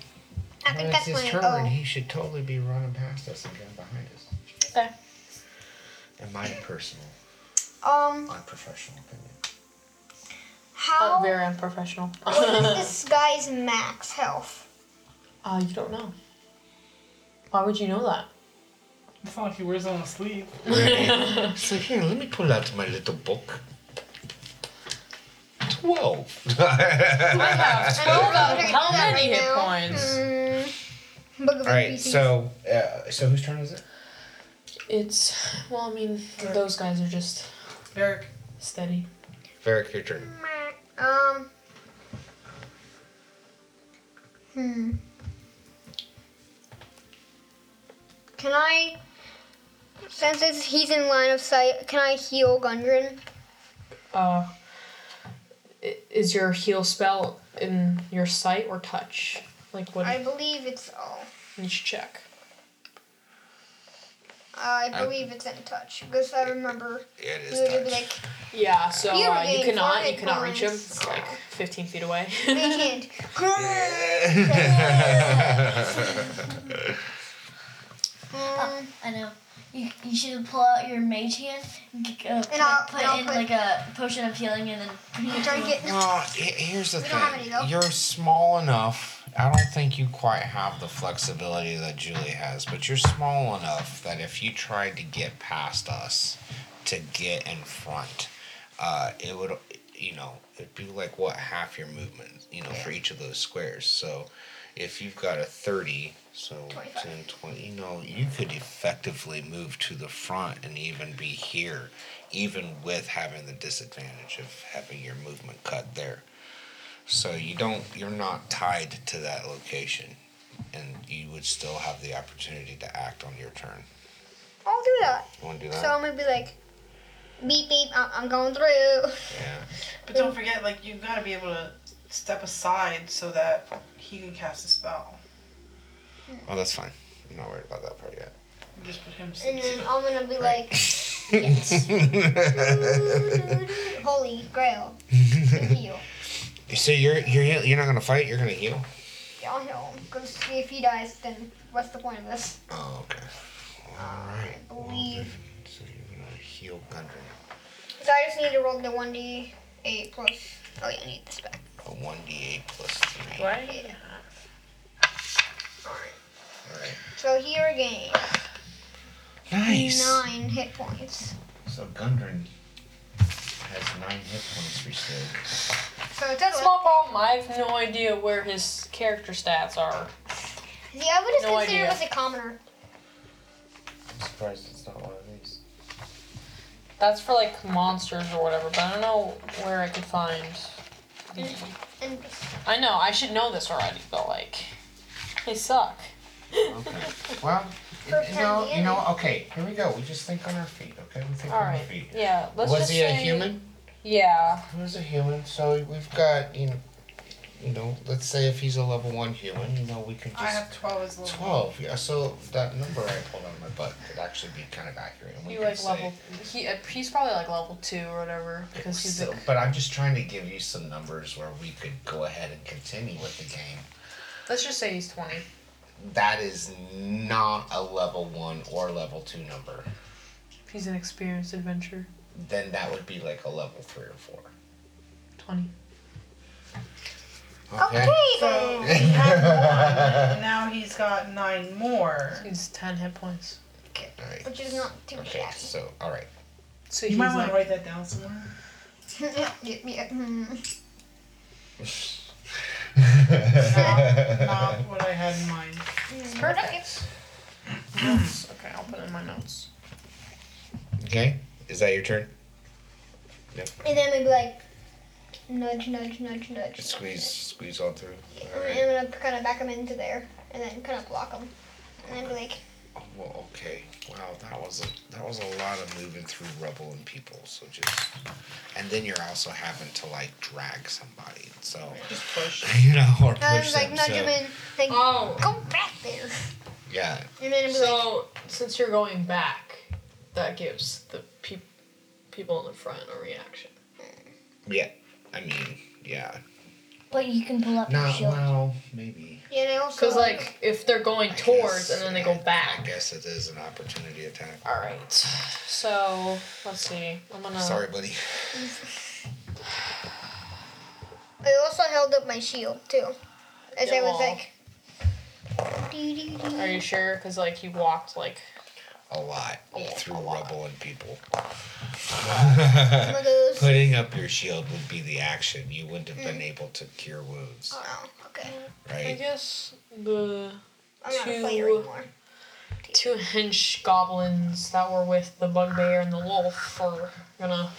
[SPEAKER 5] I
[SPEAKER 1] when
[SPEAKER 5] think
[SPEAKER 1] it's
[SPEAKER 5] that's
[SPEAKER 1] his
[SPEAKER 5] my
[SPEAKER 1] turn,
[SPEAKER 5] oh.
[SPEAKER 1] he should totally be running past us and getting behind us.
[SPEAKER 4] Okay.
[SPEAKER 1] In my personal,
[SPEAKER 5] Um,
[SPEAKER 1] unprofessional opinion.
[SPEAKER 5] how
[SPEAKER 4] very unprofessional.
[SPEAKER 5] what is
[SPEAKER 4] uh,
[SPEAKER 5] this guy's max health?
[SPEAKER 4] you don't know. Why would you know that?
[SPEAKER 3] It's not like he wears it on his sleeve.
[SPEAKER 1] So here, let me pull out my little book. Twelve.
[SPEAKER 4] I have twelve out of
[SPEAKER 5] Okay,
[SPEAKER 4] how
[SPEAKER 5] do that
[SPEAKER 4] many
[SPEAKER 5] right
[SPEAKER 4] hit
[SPEAKER 5] now.
[SPEAKER 4] points?
[SPEAKER 5] Mm, Book of
[SPEAKER 1] All right,
[SPEAKER 5] NPCs.
[SPEAKER 1] so uh, so whose turn is it?
[SPEAKER 4] It's well, I mean, those guys are just
[SPEAKER 3] Derek.
[SPEAKER 4] steady.
[SPEAKER 1] Varric, your turn.
[SPEAKER 5] Um. Hmm. Can I, since it's, he's in line of sight, can I heal Gundren?
[SPEAKER 4] Uh, i- is your heal spell in your sight or touch? Like what?
[SPEAKER 5] I believe it's oh,
[SPEAKER 4] you should check.
[SPEAKER 5] I believe it's in touch because I remember
[SPEAKER 1] It
[SPEAKER 5] he would be like,
[SPEAKER 4] Yeah, so
[SPEAKER 5] You
[SPEAKER 4] uh, you
[SPEAKER 5] regain
[SPEAKER 4] cannot
[SPEAKER 5] four
[SPEAKER 4] you cannot reach him.
[SPEAKER 5] points.
[SPEAKER 4] It's like fifteen feet away.
[SPEAKER 5] "Big hand." Um,
[SPEAKER 6] I know. You, you should pull out your mage hand, g- uh, put,
[SPEAKER 5] I'll-
[SPEAKER 6] put
[SPEAKER 5] and I'll
[SPEAKER 6] in
[SPEAKER 5] put-
[SPEAKER 6] like a potion of healing, and then
[SPEAKER 5] I'm trying to get.
[SPEAKER 1] Well, he- here's the
[SPEAKER 5] We don't have any,
[SPEAKER 1] thing.
[SPEAKER 5] though.
[SPEAKER 1] You're small enough. I don't think you quite have the flexibility that Julie has, but you're small enough that if you tried to get past us to get in front, uh, it would, you know, it'd be like what half your movement, you know, for each of those squares. So if you've got a 30, so
[SPEAKER 5] 25.
[SPEAKER 1] 10, 20, you know, you could effectively move to the front and even be here, even with having the disadvantage of having your movement cut there. So you don't, you're not tied to that location, and you would still have the opportunity to act on your turn.
[SPEAKER 5] I'll do that.
[SPEAKER 1] You want to do that?
[SPEAKER 5] So I'm gonna be like, beep beep, I'm, I'm going through.
[SPEAKER 1] yeah.
[SPEAKER 3] But don't forget, like you've got to be able to step aside so that he can cast a spell.
[SPEAKER 1] Well, Oh, that's fine. I'm not worried about that part yet.
[SPEAKER 3] Just put him.
[SPEAKER 5] And then I'm gonna be like, holy grail, heal.
[SPEAKER 1] so you're you're heal- you're not gonna fight. You're gonna heal.
[SPEAKER 5] Yeah, I'll heal. Because if he dies, then what's the point of this?
[SPEAKER 1] Oh, okay. All right.
[SPEAKER 5] I believe.
[SPEAKER 1] So you're gonna heal Gundren.
[SPEAKER 5] So I just need to roll the 1d8 plus. Oh, yeah, I need this back.
[SPEAKER 1] A one d eight plus three.
[SPEAKER 2] What?
[SPEAKER 5] Yeah.
[SPEAKER 1] All right.
[SPEAKER 5] So he regained
[SPEAKER 1] Nice.
[SPEAKER 5] nine hit points.
[SPEAKER 1] So Gundren has nine hit points restored.
[SPEAKER 5] So it's total.
[SPEAKER 4] Small problem. I have no idea where his character stats are.
[SPEAKER 5] See, I would just
[SPEAKER 4] No
[SPEAKER 5] consider
[SPEAKER 4] idea.
[SPEAKER 5] him as a commoner.
[SPEAKER 1] I'm surprised it's not one of these.
[SPEAKER 4] That's for like monsters or whatever, but I don't know where I could find. The...
[SPEAKER 5] And
[SPEAKER 4] I know I should know this already, but like, they suck.
[SPEAKER 1] Okay. Well,
[SPEAKER 5] First
[SPEAKER 1] you know,
[SPEAKER 5] time
[SPEAKER 1] you know.
[SPEAKER 5] the
[SPEAKER 1] Okay, here we go. We just think on our feet. Okay, we think
[SPEAKER 4] All
[SPEAKER 1] on
[SPEAKER 4] right.
[SPEAKER 1] our feet.
[SPEAKER 4] Yeah. Let's
[SPEAKER 1] was
[SPEAKER 4] just
[SPEAKER 1] he a
[SPEAKER 4] say-
[SPEAKER 1] human?
[SPEAKER 4] Yeah.
[SPEAKER 1] He was a human, so we've got you know, you know. Let's say if he's a level one human, you know, we could
[SPEAKER 3] I
[SPEAKER 1] just
[SPEAKER 3] have twelve as little.
[SPEAKER 1] Twelve. Yeah. So that number I pulled out of my butt could actually be kind of accurate. and we
[SPEAKER 4] He
[SPEAKER 1] could
[SPEAKER 4] like
[SPEAKER 1] say-
[SPEAKER 4] level. He uh, he's probably like level two or whatever because he's
[SPEAKER 1] So-
[SPEAKER 4] a,
[SPEAKER 1] but I'm just trying to give you some numbers where we could go ahead and continue with the game.
[SPEAKER 4] let's just say he's twenty.
[SPEAKER 1] That is not a level one or level two number.
[SPEAKER 4] He's an experienced adventurer.
[SPEAKER 1] Then that would be like a level three or four.
[SPEAKER 4] Twenty.
[SPEAKER 5] okay,
[SPEAKER 3] So
[SPEAKER 5] then.
[SPEAKER 3] he had one, and now he's got nine more.
[SPEAKER 4] He's ten hit points.
[SPEAKER 1] Alright.
[SPEAKER 5] Which is not too
[SPEAKER 1] Okay.
[SPEAKER 5] bad.
[SPEAKER 1] So all right.
[SPEAKER 4] So
[SPEAKER 3] You
[SPEAKER 4] he's
[SPEAKER 3] might want
[SPEAKER 4] like,
[SPEAKER 3] to write that down somewhere.
[SPEAKER 5] yeah, yeah, mm.
[SPEAKER 3] Not what I had in mind.
[SPEAKER 4] perfect. okay, I'll put it in my notes.
[SPEAKER 1] okay. Is that your turn?
[SPEAKER 5] And then we'd be like, nudge, nudge, nudge, nudge.
[SPEAKER 1] Squeeze, squeeze on through.
[SPEAKER 5] And
[SPEAKER 1] All right.
[SPEAKER 5] I'm gonna kind of back him into there, and then kind of block him, and then be like,
[SPEAKER 1] Oh, well, okay. Wow, that was a that was a lot of moving through rubble and people. So just, and then you're also having to like drag somebody. So
[SPEAKER 3] Just push.
[SPEAKER 1] you know, or
[SPEAKER 5] I was
[SPEAKER 1] push
[SPEAKER 5] like
[SPEAKER 1] them.
[SPEAKER 5] nudge
[SPEAKER 1] So
[SPEAKER 5] him in, like
[SPEAKER 4] Oh.
[SPEAKER 5] go back there,
[SPEAKER 1] yeah,
[SPEAKER 5] and then I'd be like,
[SPEAKER 4] So since you're going back, that gives the peop people in the front a reaction.
[SPEAKER 1] yeah. I mean, yeah.
[SPEAKER 6] But you can pull up your
[SPEAKER 1] Not
[SPEAKER 6] shield.
[SPEAKER 1] well, maybe.
[SPEAKER 5] yeah, and I also
[SPEAKER 4] Because like if they're going
[SPEAKER 1] I
[SPEAKER 4] towards
[SPEAKER 1] guess,
[SPEAKER 4] and then they
[SPEAKER 1] yeah,
[SPEAKER 4] go
[SPEAKER 1] I
[SPEAKER 4] back.
[SPEAKER 1] guess it is an opportunity attack.
[SPEAKER 4] All right. So let's see. I'm gonna.
[SPEAKER 1] Sorry, buddy.
[SPEAKER 5] I also held up my shield too, as I
[SPEAKER 4] Yeah,
[SPEAKER 5] was
[SPEAKER 4] well.
[SPEAKER 5] like. "Dee, dee, dee."
[SPEAKER 4] Are you sure? Because like he walked like.
[SPEAKER 1] A lot
[SPEAKER 4] Yeah,
[SPEAKER 1] through
[SPEAKER 4] a lot.
[SPEAKER 1] rubble and people.
[SPEAKER 5] Some of those.
[SPEAKER 1] Putting up your shield would be the action. You wouldn't have been able to cure wounds,
[SPEAKER 5] Oh, okay.
[SPEAKER 4] I
[SPEAKER 1] right?
[SPEAKER 4] guess the
[SPEAKER 5] I'm not a
[SPEAKER 4] Two.
[SPEAKER 5] fighter anymore.
[SPEAKER 4] two hench goblins that were with the bugbear and the wolf are gonna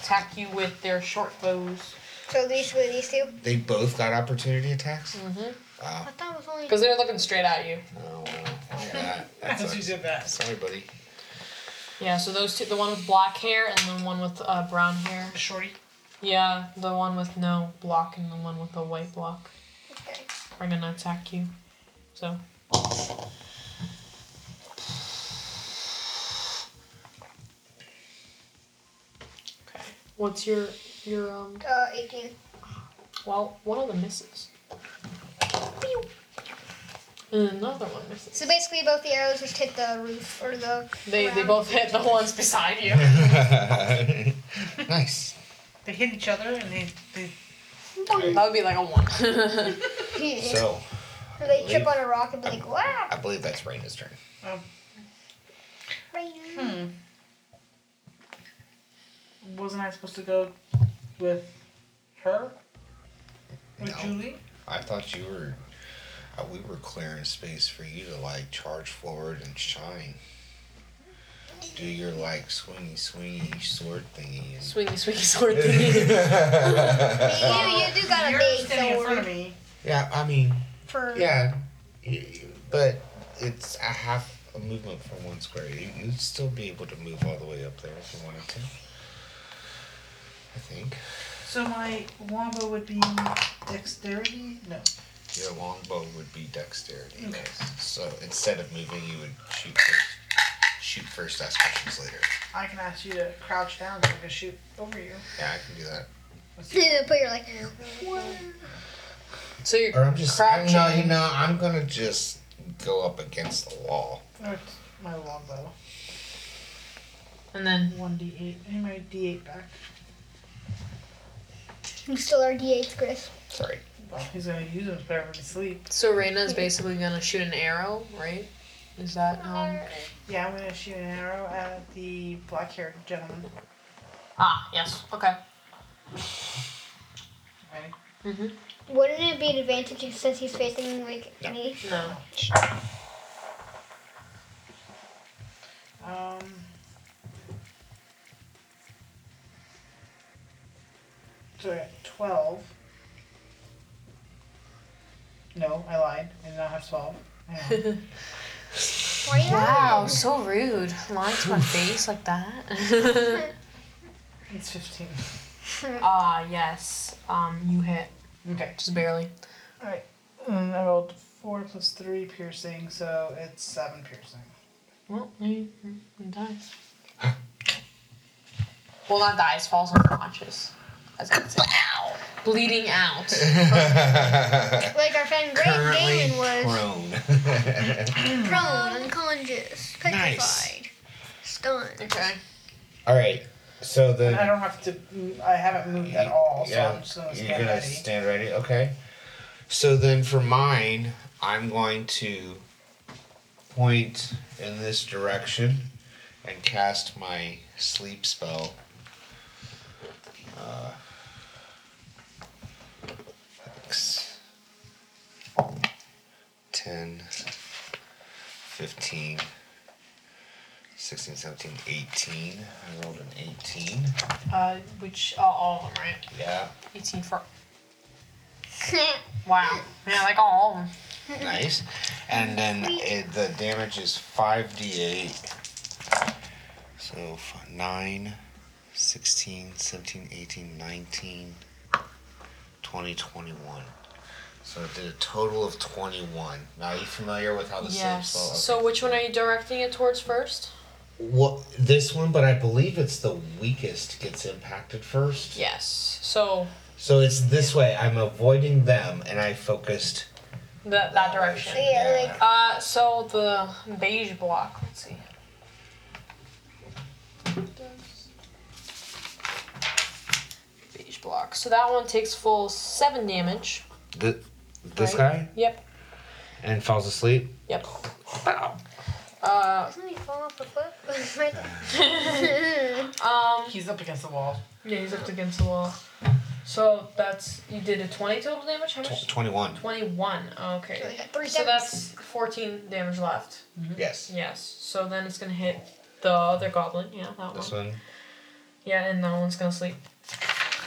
[SPEAKER 4] attack you with their short bows.
[SPEAKER 5] So these were these two.
[SPEAKER 1] They both got opportunity attacks.
[SPEAKER 4] Mhm.
[SPEAKER 1] Wow.
[SPEAKER 5] I thought it was only.
[SPEAKER 4] Because they're looking straight at you.
[SPEAKER 1] Oh, wow. That, that
[SPEAKER 3] As you
[SPEAKER 1] sucks.
[SPEAKER 3] did that.
[SPEAKER 1] Sorry, buddy.
[SPEAKER 4] Yeah, so those two, the one with black hair and the one with uh, brown hair.
[SPEAKER 3] Shorty.
[SPEAKER 4] Yeah, the one with no block and the one with the white block
[SPEAKER 5] Okay.
[SPEAKER 4] are gonna attack you. So. Okay. What's your your um?
[SPEAKER 5] Uh, 18.
[SPEAKER 4] Well, one of them misses. And another one misses.
[SPEAKER 5] So basically, both the arrows just hit the roof or the.
[SPEAKER 4] They, they
[SPEAKER 5] ground.
[SPEAKER 4] both hit the ones beside you.
[SPEAKER 1] nice.
[SPEAKER 3] They hit each other and they, they
[SPEAKER 4] that would be like a one.
[SPEAKER 1] So,
[SPEAKER 5] Or they trip on a rock and be like, wow.
[SPEAKER 1] I believe that's Raina's turn.
[SPEAKER 5] Rain.
[SPEAKER 3] wasn't I supposed to go with her? With
[SPEAKER 1] No.
[SPEAKER 3] Julie?
[SPEAKER 1] I thought you were. Uh, we were clearing space for you to like charge forward and shine. Do your like swingy, swingy sword thingy. And...
[SPEAKER 4] Swingy, swingy sword thingy.
[SPEAKER 1] yeah,
[SPEAKER 5] you, you do got a
[SPEAKER 3] You're
[SPEAKER 5] big
[SPEAKER 3] standing in front of
[SPEAKER 5] sword
[SPEAKER 3] me.
[SPEAKER 1] I mean,
[SPEAKER 5] for
[SPEAKER 1] yeah, y- but it's a half a movement from one square. You, you'd still be able to move all the way up there if you wanted to. I think.
[SPEAKER 3] So my wombo would be dexterity? No.
[SPEAKER 1] Your longbow would be dexterity.
[SPEAKER 3] Okay.
[SPEAKER 1] Yes. So instead of moving, you would shoot first. Shoot first, ask questions later.
[SPEAKER 3] I can ask you to crouch down so I can shoot over you.
[SPEAKER 1] Yeah, I can do that.
[SPEAKER 5] put your like
[SPEAKER 4] so you're
[SPEAKER 1] Or I'm just.
[SPEAKER 4] crouching.
[SPEAKER 1] No, you know, I'm gonna just go up against the wall.
[SPEAKER 3] Or it's my longbow.
[SPEAKER 4] And then
[SPEAKER 3] 1d8. I need my d8 back.
[SPEAKER 5] you still are D8 Chris.
[SPEAKER 1] Sorry.
[SPEAKER 3] Well, he's gonna use them for everybody to sleep.
[SPEAKER 4] so Reina's basically gonna shoot an arrow, right? Is that um
[SPEAKER 3] Yeah, I'm gonna shoot an arrow at the black haired gentleman.
[SPEAKER 4] Ah, yes. Okay.
[SPEAKER 3] Ready?
[SPEAKER 4] Mm-hmm.
[SPEAKER 5] Wouldn't it be an advantage since he's facing like me?
[SPEAKER 4] No.
[SPEAKER 3] Um. So at 12. No, I lied. I did not have 12. Hang on.
[SPEAKER 5] Why you
[SPEAKER 4] Wow, so rude. Lying to my face like that.
[SPEAKER 3] it's 15.
[SPEAKER 4] Ah, yes. Um, you hit.
[SPEAKER 3] Okay.
[SPEAKER 4] Just barely.
[SPEAKER 3] Alright. And Mm, I rolled 4 plus 3 piercing, so it's 7 piercing.
[SPEAKER 4] Well, he, he dies. well, not dies, falls unconscious. As I say. Bleeding out.
[SPEAKER 5] Like our friend Greg
[SPEAKER 1] Currently
[SPEAKER 5] Gaiman was
[SPEAKER 1] prone.
[SPEAKER 5] prone, unconscious, petrified, stunned.
[SPEAKER 4] Okay.
[SPEAKER 1] All right. So
[SPEAKER 3] And I
[SPEAKER 1] the.
[SPEAKER 3] don't have to, mm, I haven't moved at all, so
[SPEAKER 1] yeah,
[SPEAKER 3] I'm just gonna
[SPEAKER 1] you're
[SPEAKER 3] stand
[SPEAKER 1] gonna
[SPEAKER 3] ready.
[SPEAKER 1] stand ready. Okay. So then for mine, I'm going to point in this direction and cast my sleep spell. Uh, six, 10, 15, 16, 17, 18. I rolled an 18.
[SPEAKER 4] Uh, which, uh, all of them, right?
[SPEAKER 1] Yeah,
[SPEAKER 4] 18 for. Wow. Yeah, like all of them.
[SPEAKER 1] nice. And then it, the damage is 5d8. So f- 9, 16, 17, 18, 19, 20, 21. So it did a total of 21. Now, are you familiar with how the
[SPEAKER 4] Yes.
[SPEAKER 1] sleep spell?
[SPEAKER 4] So, which one are you directing it towards first?
[SPEAKER 1] Well, this one, but I believe it's the weakest gets impacted first.
[SPEAKER 4] Yes. So,
[SPEAKER 1] So it's this way. I'm avoiding them, and I focused.
[SPEAKER 4] that, that direction.
[SPEAKER 5] Yeah, like-
[SPEAKER 4] Uh, so the beige block. Let's see. Beige block. So that one takes full seven damage.
[SPEAKER 1] Th- this guy
[SPEAKER 4] Right. Yep.
[SPEAKER 1] and falls asleep.
[SPEAKER 4] Yep. Uh,
[SPEAKER 5] Doesn't he fall off a cliff? Right
[SPEAKER 1] Uh.
[SPEAKER 5] there.
[SPEAKER 4] um.
[SPEAKER 3] He's up against the wall.
[SPEAKER 4] Yeah, he's up against the wall. So that's you did a twenty total damage. How
[SPEAKER 1] Tw-
[SPEAKER 4] much?
[SPEAKER 1] Twenty-one.
[SPEAKER 4] Twenty-one. Oh,
[SPEAKER 5] So we
[SPEAKER 4] Okay.
[SPEAKER 5] got three
[SPEAKER 4] So
[SPEAKER 5] seconds.
[SPEAKER 4] that's fourteen damage left.
[SPEAKER 1] Yes.
[SPEAKER 4] Yes. So then it's gonna hit the other goblin. Yeah, that one.
[SPEAKER 1] This one.
[SPEAKER 4] Yeah, and that one's gonna sleep.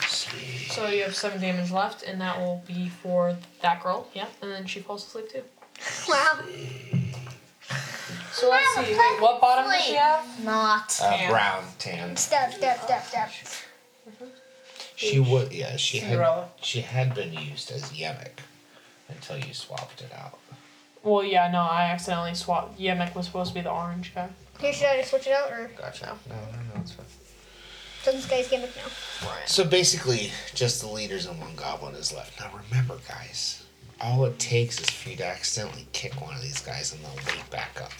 [SPEAKER 1] Sleep.
[SPEAKER 4] So you have seven damage left, and that will be for that girl. Yeah, and then she falls asleep too.
[SPEAKER 5] Wow.
[SPEAKER 4] So let's see. Wait, what bottom does she have?
[SPEAKER 6] Not.
[SPEAKER 1] Uh,
[SPEAKER 4] Tan.
[SPEAKER 1] brown tan.
[SPEAKER 5] Step, step, step, step.
[SPEAKER 1] She would. Yeah. She had.
[SPEAKER 3] Cinderella.
[SPEAKER 1] She had been used as Yemek until you swapped it out.
[SPEAKER 4] Well, yeah, no, I accidentally swapped. Yemek was supposed to be the orange guy.
[SPEAKER 5] Here, should I just switch it out or
[SPEAKER 1] Gotcha. No, no, no. It's fine.
[SPEAKER 5] so this guy's gimmick now?
[SPEAKER 4] Right.
[SPEAKER 1] So basically, just the leaders and one goblin is left. Now remember, guys, all it takes is for you to accidentally kick one of these guys and they'll wake back up.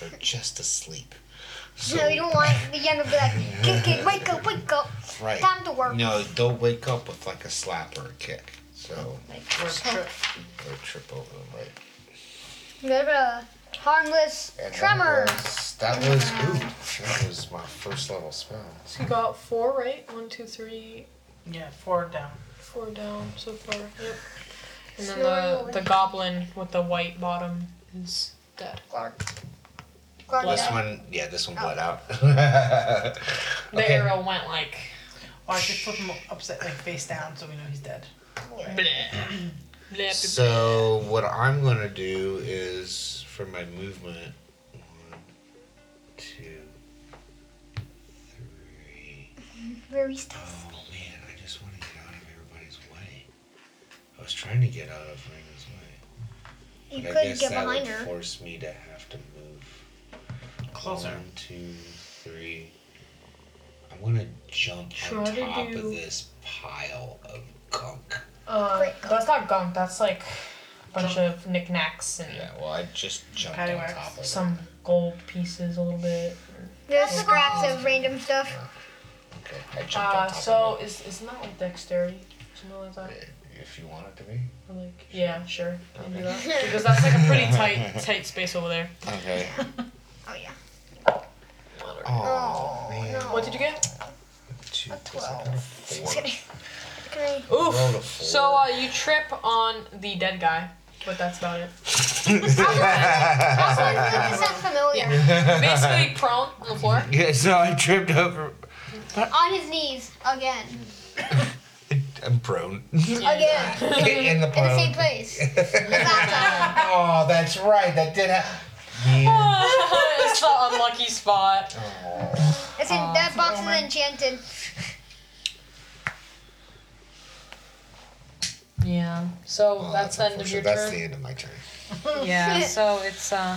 [SPEAKER 1] They're just asleep. So,
[SPEAKER 5] No, you don't want the end to be like, kick, kick, wake up, wake up.
[SPEAKER 1] right.
[SPEAKER 5] Time to work.
[SPEAKER 1] No, they'll wake up with like a slap or a kick. So,
[SPEAKER 3] Or trip.
[SPEAKER 1] or trip over them, right?
[SPEAKER 5] You got a harmless
[SPEAKER 1] And
[SPEAKER 5] tremor.
[SPEAKER 1] That was, that was, ooh, that was my first level spell.
[SPEAKER 4] So you got four, right? One, two, three,
[SPEAKER 3] Yeah, four down.
[SPEAKER 4] four down so far. Yep. And then
[SPEAKER 5] Snoring
[SPEAKER 4] the,
[SPEAKER 5] away.
[SPEAKER 4] the goblin with the white bottom is dead.
[SPEAKER 5] Clark. Clark
[SPEAKER 4] Bless
[SPEAKER 1] This
[SPEAKER 5] died.
[SPEAKER 1] one, yeah, this
[SPEAKER 5] Oh.
[SPEAKER 1] one bled out.
[SPEAKER 4] The
[SPEAKER 1] okay.
[SPEAKER 4] arrow went like
[SPEAKER 3] Well, I should flip him upside, like face down, so we know he's dead.
[SPEAKER 4] bleh. Bleh, bleh,
[SPEAKER 1] So what I'm gonna do is for my movement, one, two, three.
[SPEAKER 5] Where we start.
[SPEAKER 1] Oh man, I just want to get out of everybody's way. I was trying to get out of Rina's way,
[SPEAKER 5] You
[SPEAKER 1] but I
[SPEAKER 5] could
[SPEAKER 1] guess
[SPEAKER 5] get
[SPEAKER 1] that
[SPEAKER 5] behind
[SPEAKER 1] would
[SPEAKER 5] her.
[SPEAKER 1] force me to have to move
[SPEAKER 3] Closer.
[SPEAKER 1] One, two, three. I'm gonna jump
[SPEAKER 4] Try
[SPEAKER 1] on
[SPEAKER 4] to
[SPEAKER 1] top of
[SPEAKER 4] do-
[SPEAKER 1] this pile of gunk.
[SPEAKER 4] Uh,
[SPEAKER 5] Frick.
[SPEAKER 4] that's not gunk. That's like a bunch of knickknacks and
[SPEAKER 1] Yeah, well, I just jumped on
[SPEAKER 3] Paddywhack.
[SPEAKER 1] top of it.
[SPEAKER 4] some gold pieces a little bit.
[SPEAKER 5] There's scraps of random stuff.
[SPEAKER 1] Okay, I jumped on
[SPEAKER 4] Uh,
[SPEAKER 1] top
[SPEAKER 4] so
[SPEAKER 1] of
[SPEAKER 4] is isn't that like dexterity? Something like that.
[SPEAKER 1] it. If you want it to be.
[SPEAKER 4] Or like yeah, sure. I can do that. Because that's like a pretty tight tight space over there.
[SPEAKER 1] Okay.
[SPEAKER 5] Oh yeah.
[SPEAKER 1] Oh, man.
[SPEAKER 4] What did you get?
[SPEAKER 1] Two,
[SPEAKER 5] A
[SPEAKER 1] was that a four?
[SPEAKER 5] Can I?
[SPEAKER 4] Oof.
[SPEAKER 1] Rolled a four.
[SPEAKER 4] So uh, you trip on the dead guy, but that's about it.
[SPEAKER 5] Sounds like it's not familiar.
[SPEAKER 4] Basically prone on the floor.
[SPEAKER 1] yeah, so I tripped over.
[SPEAKER 5] On his knees again.
[SPEAKER 1] I'm prone.
[SPEAKER 5] Again.
[SPEAKER 1] In the
[SPEAKER 5] In the same
[SPEAKER 1] pile.
[SPEAKER 5] place. As last time.
[SPEAKER 1] Oh, that's right. That did happen.
[SPEAKER 4] it's the unlucky spot.
[SPEAKER 5] It's in, that box is enchanted.
[SPEAKER 4] Yeah. So
[SPEAKER 1] Oh,
[SPEAKER 4] that's the end of your
[SPEAKER 1] unfortunate. That's
[SPEAKER 4] turn.
[SPEAKER 1] the end of my turn.
[SPEAKER 4] Yeah. So it's uh,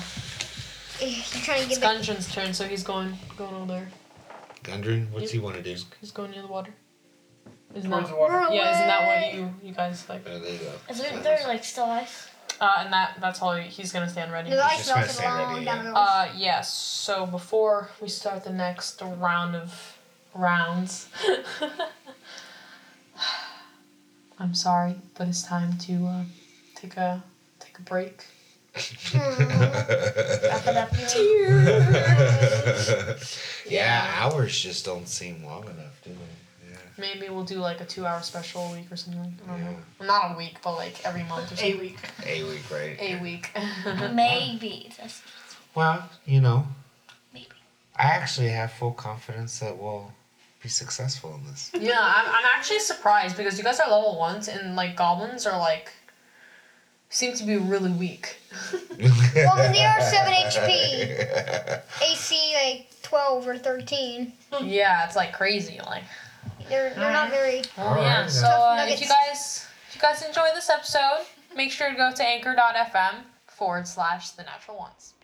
[SPEAKER 5] You're Eh, trying to
[SPEAKER 4] it's
[SPEAKER 5] get back.
[SPEAKER 4] Gundren's turn. So he's going going over there.
[SPEAKER 1] Gundren, what's he want to do?
[SPEAKER 4] He's going near the water. Isn't
[SPEAKER 3] Towards the
[SPEAKER 4] that?
[SPEAKER 3] water.
[SPEAKER 4] Yeah. Isn't that what you you guys like?
[SPEAKER 1] Oh, there you go.
[SPEAKER 6] Is there, there like still ice?
[SPEAKER 4] Uh, and that that's all he's gonna stand ready.
[SPEAKER 5] No, the ice
[SPEAKER 1] just gonna
[SPEAKER 5] melted
[SPEAKER 1] stand
[SPEAKER 5] long
[SPEAKER 1] ready,
[SPEAKER 5] down
[SPEAKER 1] yeah.
[SPEAKER 5] the road.
[SPEAKER 4] Uh, yes. So before we start the next round of rounds, I'm sorry, but it's time to uh, take a take a break.
[SPEAKER 5] Hmm.
[SPEAKER 6] Wrap it up.
[SPEAKER 1] yeah, hours just don't seem long enough, do they? Yeah.
[SPEAKER 4] Maybe we'll do like a two-hour special a week or something. I don't know.
[SPEAKER 1] Yeah.
[SPEAKER 4] Well, Not a week, but like every month or
[SPEAKER 3] A
[SPEAKER 4] something.
[SPEAKER 3] week.
[SPEAKER 1] A week, right?
[SPEAKER 4] A week.
[SPEAKER 6] Maybe. That's,
[SPEAKER 1] Well, you know,
[SPEAKER 6] Maybe.
[SPEAKER 1] I actually have full confidence that we'll be successful in this.
[SPEAKER 4] yeah, I'm, I'm actually surprised because you guys are level ones and like goblins are like seem to be really weak.
[SPEAKER 5] Well, when they are 7 HP, AC like 12 or 13,
[SPEAKER 4] yeah, it's like crazy. Like
[SPEAKER 5] they're, they're not very.
[SPEAKER 4] Oh yeah.
[SPEAKER 1] Alright,
[SPEAKER 4] So
[SPEAKER 1] then.
[SPEAKER 4] uh, if you
[SPEAKER 5] Nuggets.
[SPEAKER 4] guys if you guys enjoy this episode, make sure to go to anchor.fm forward slash the natural ones.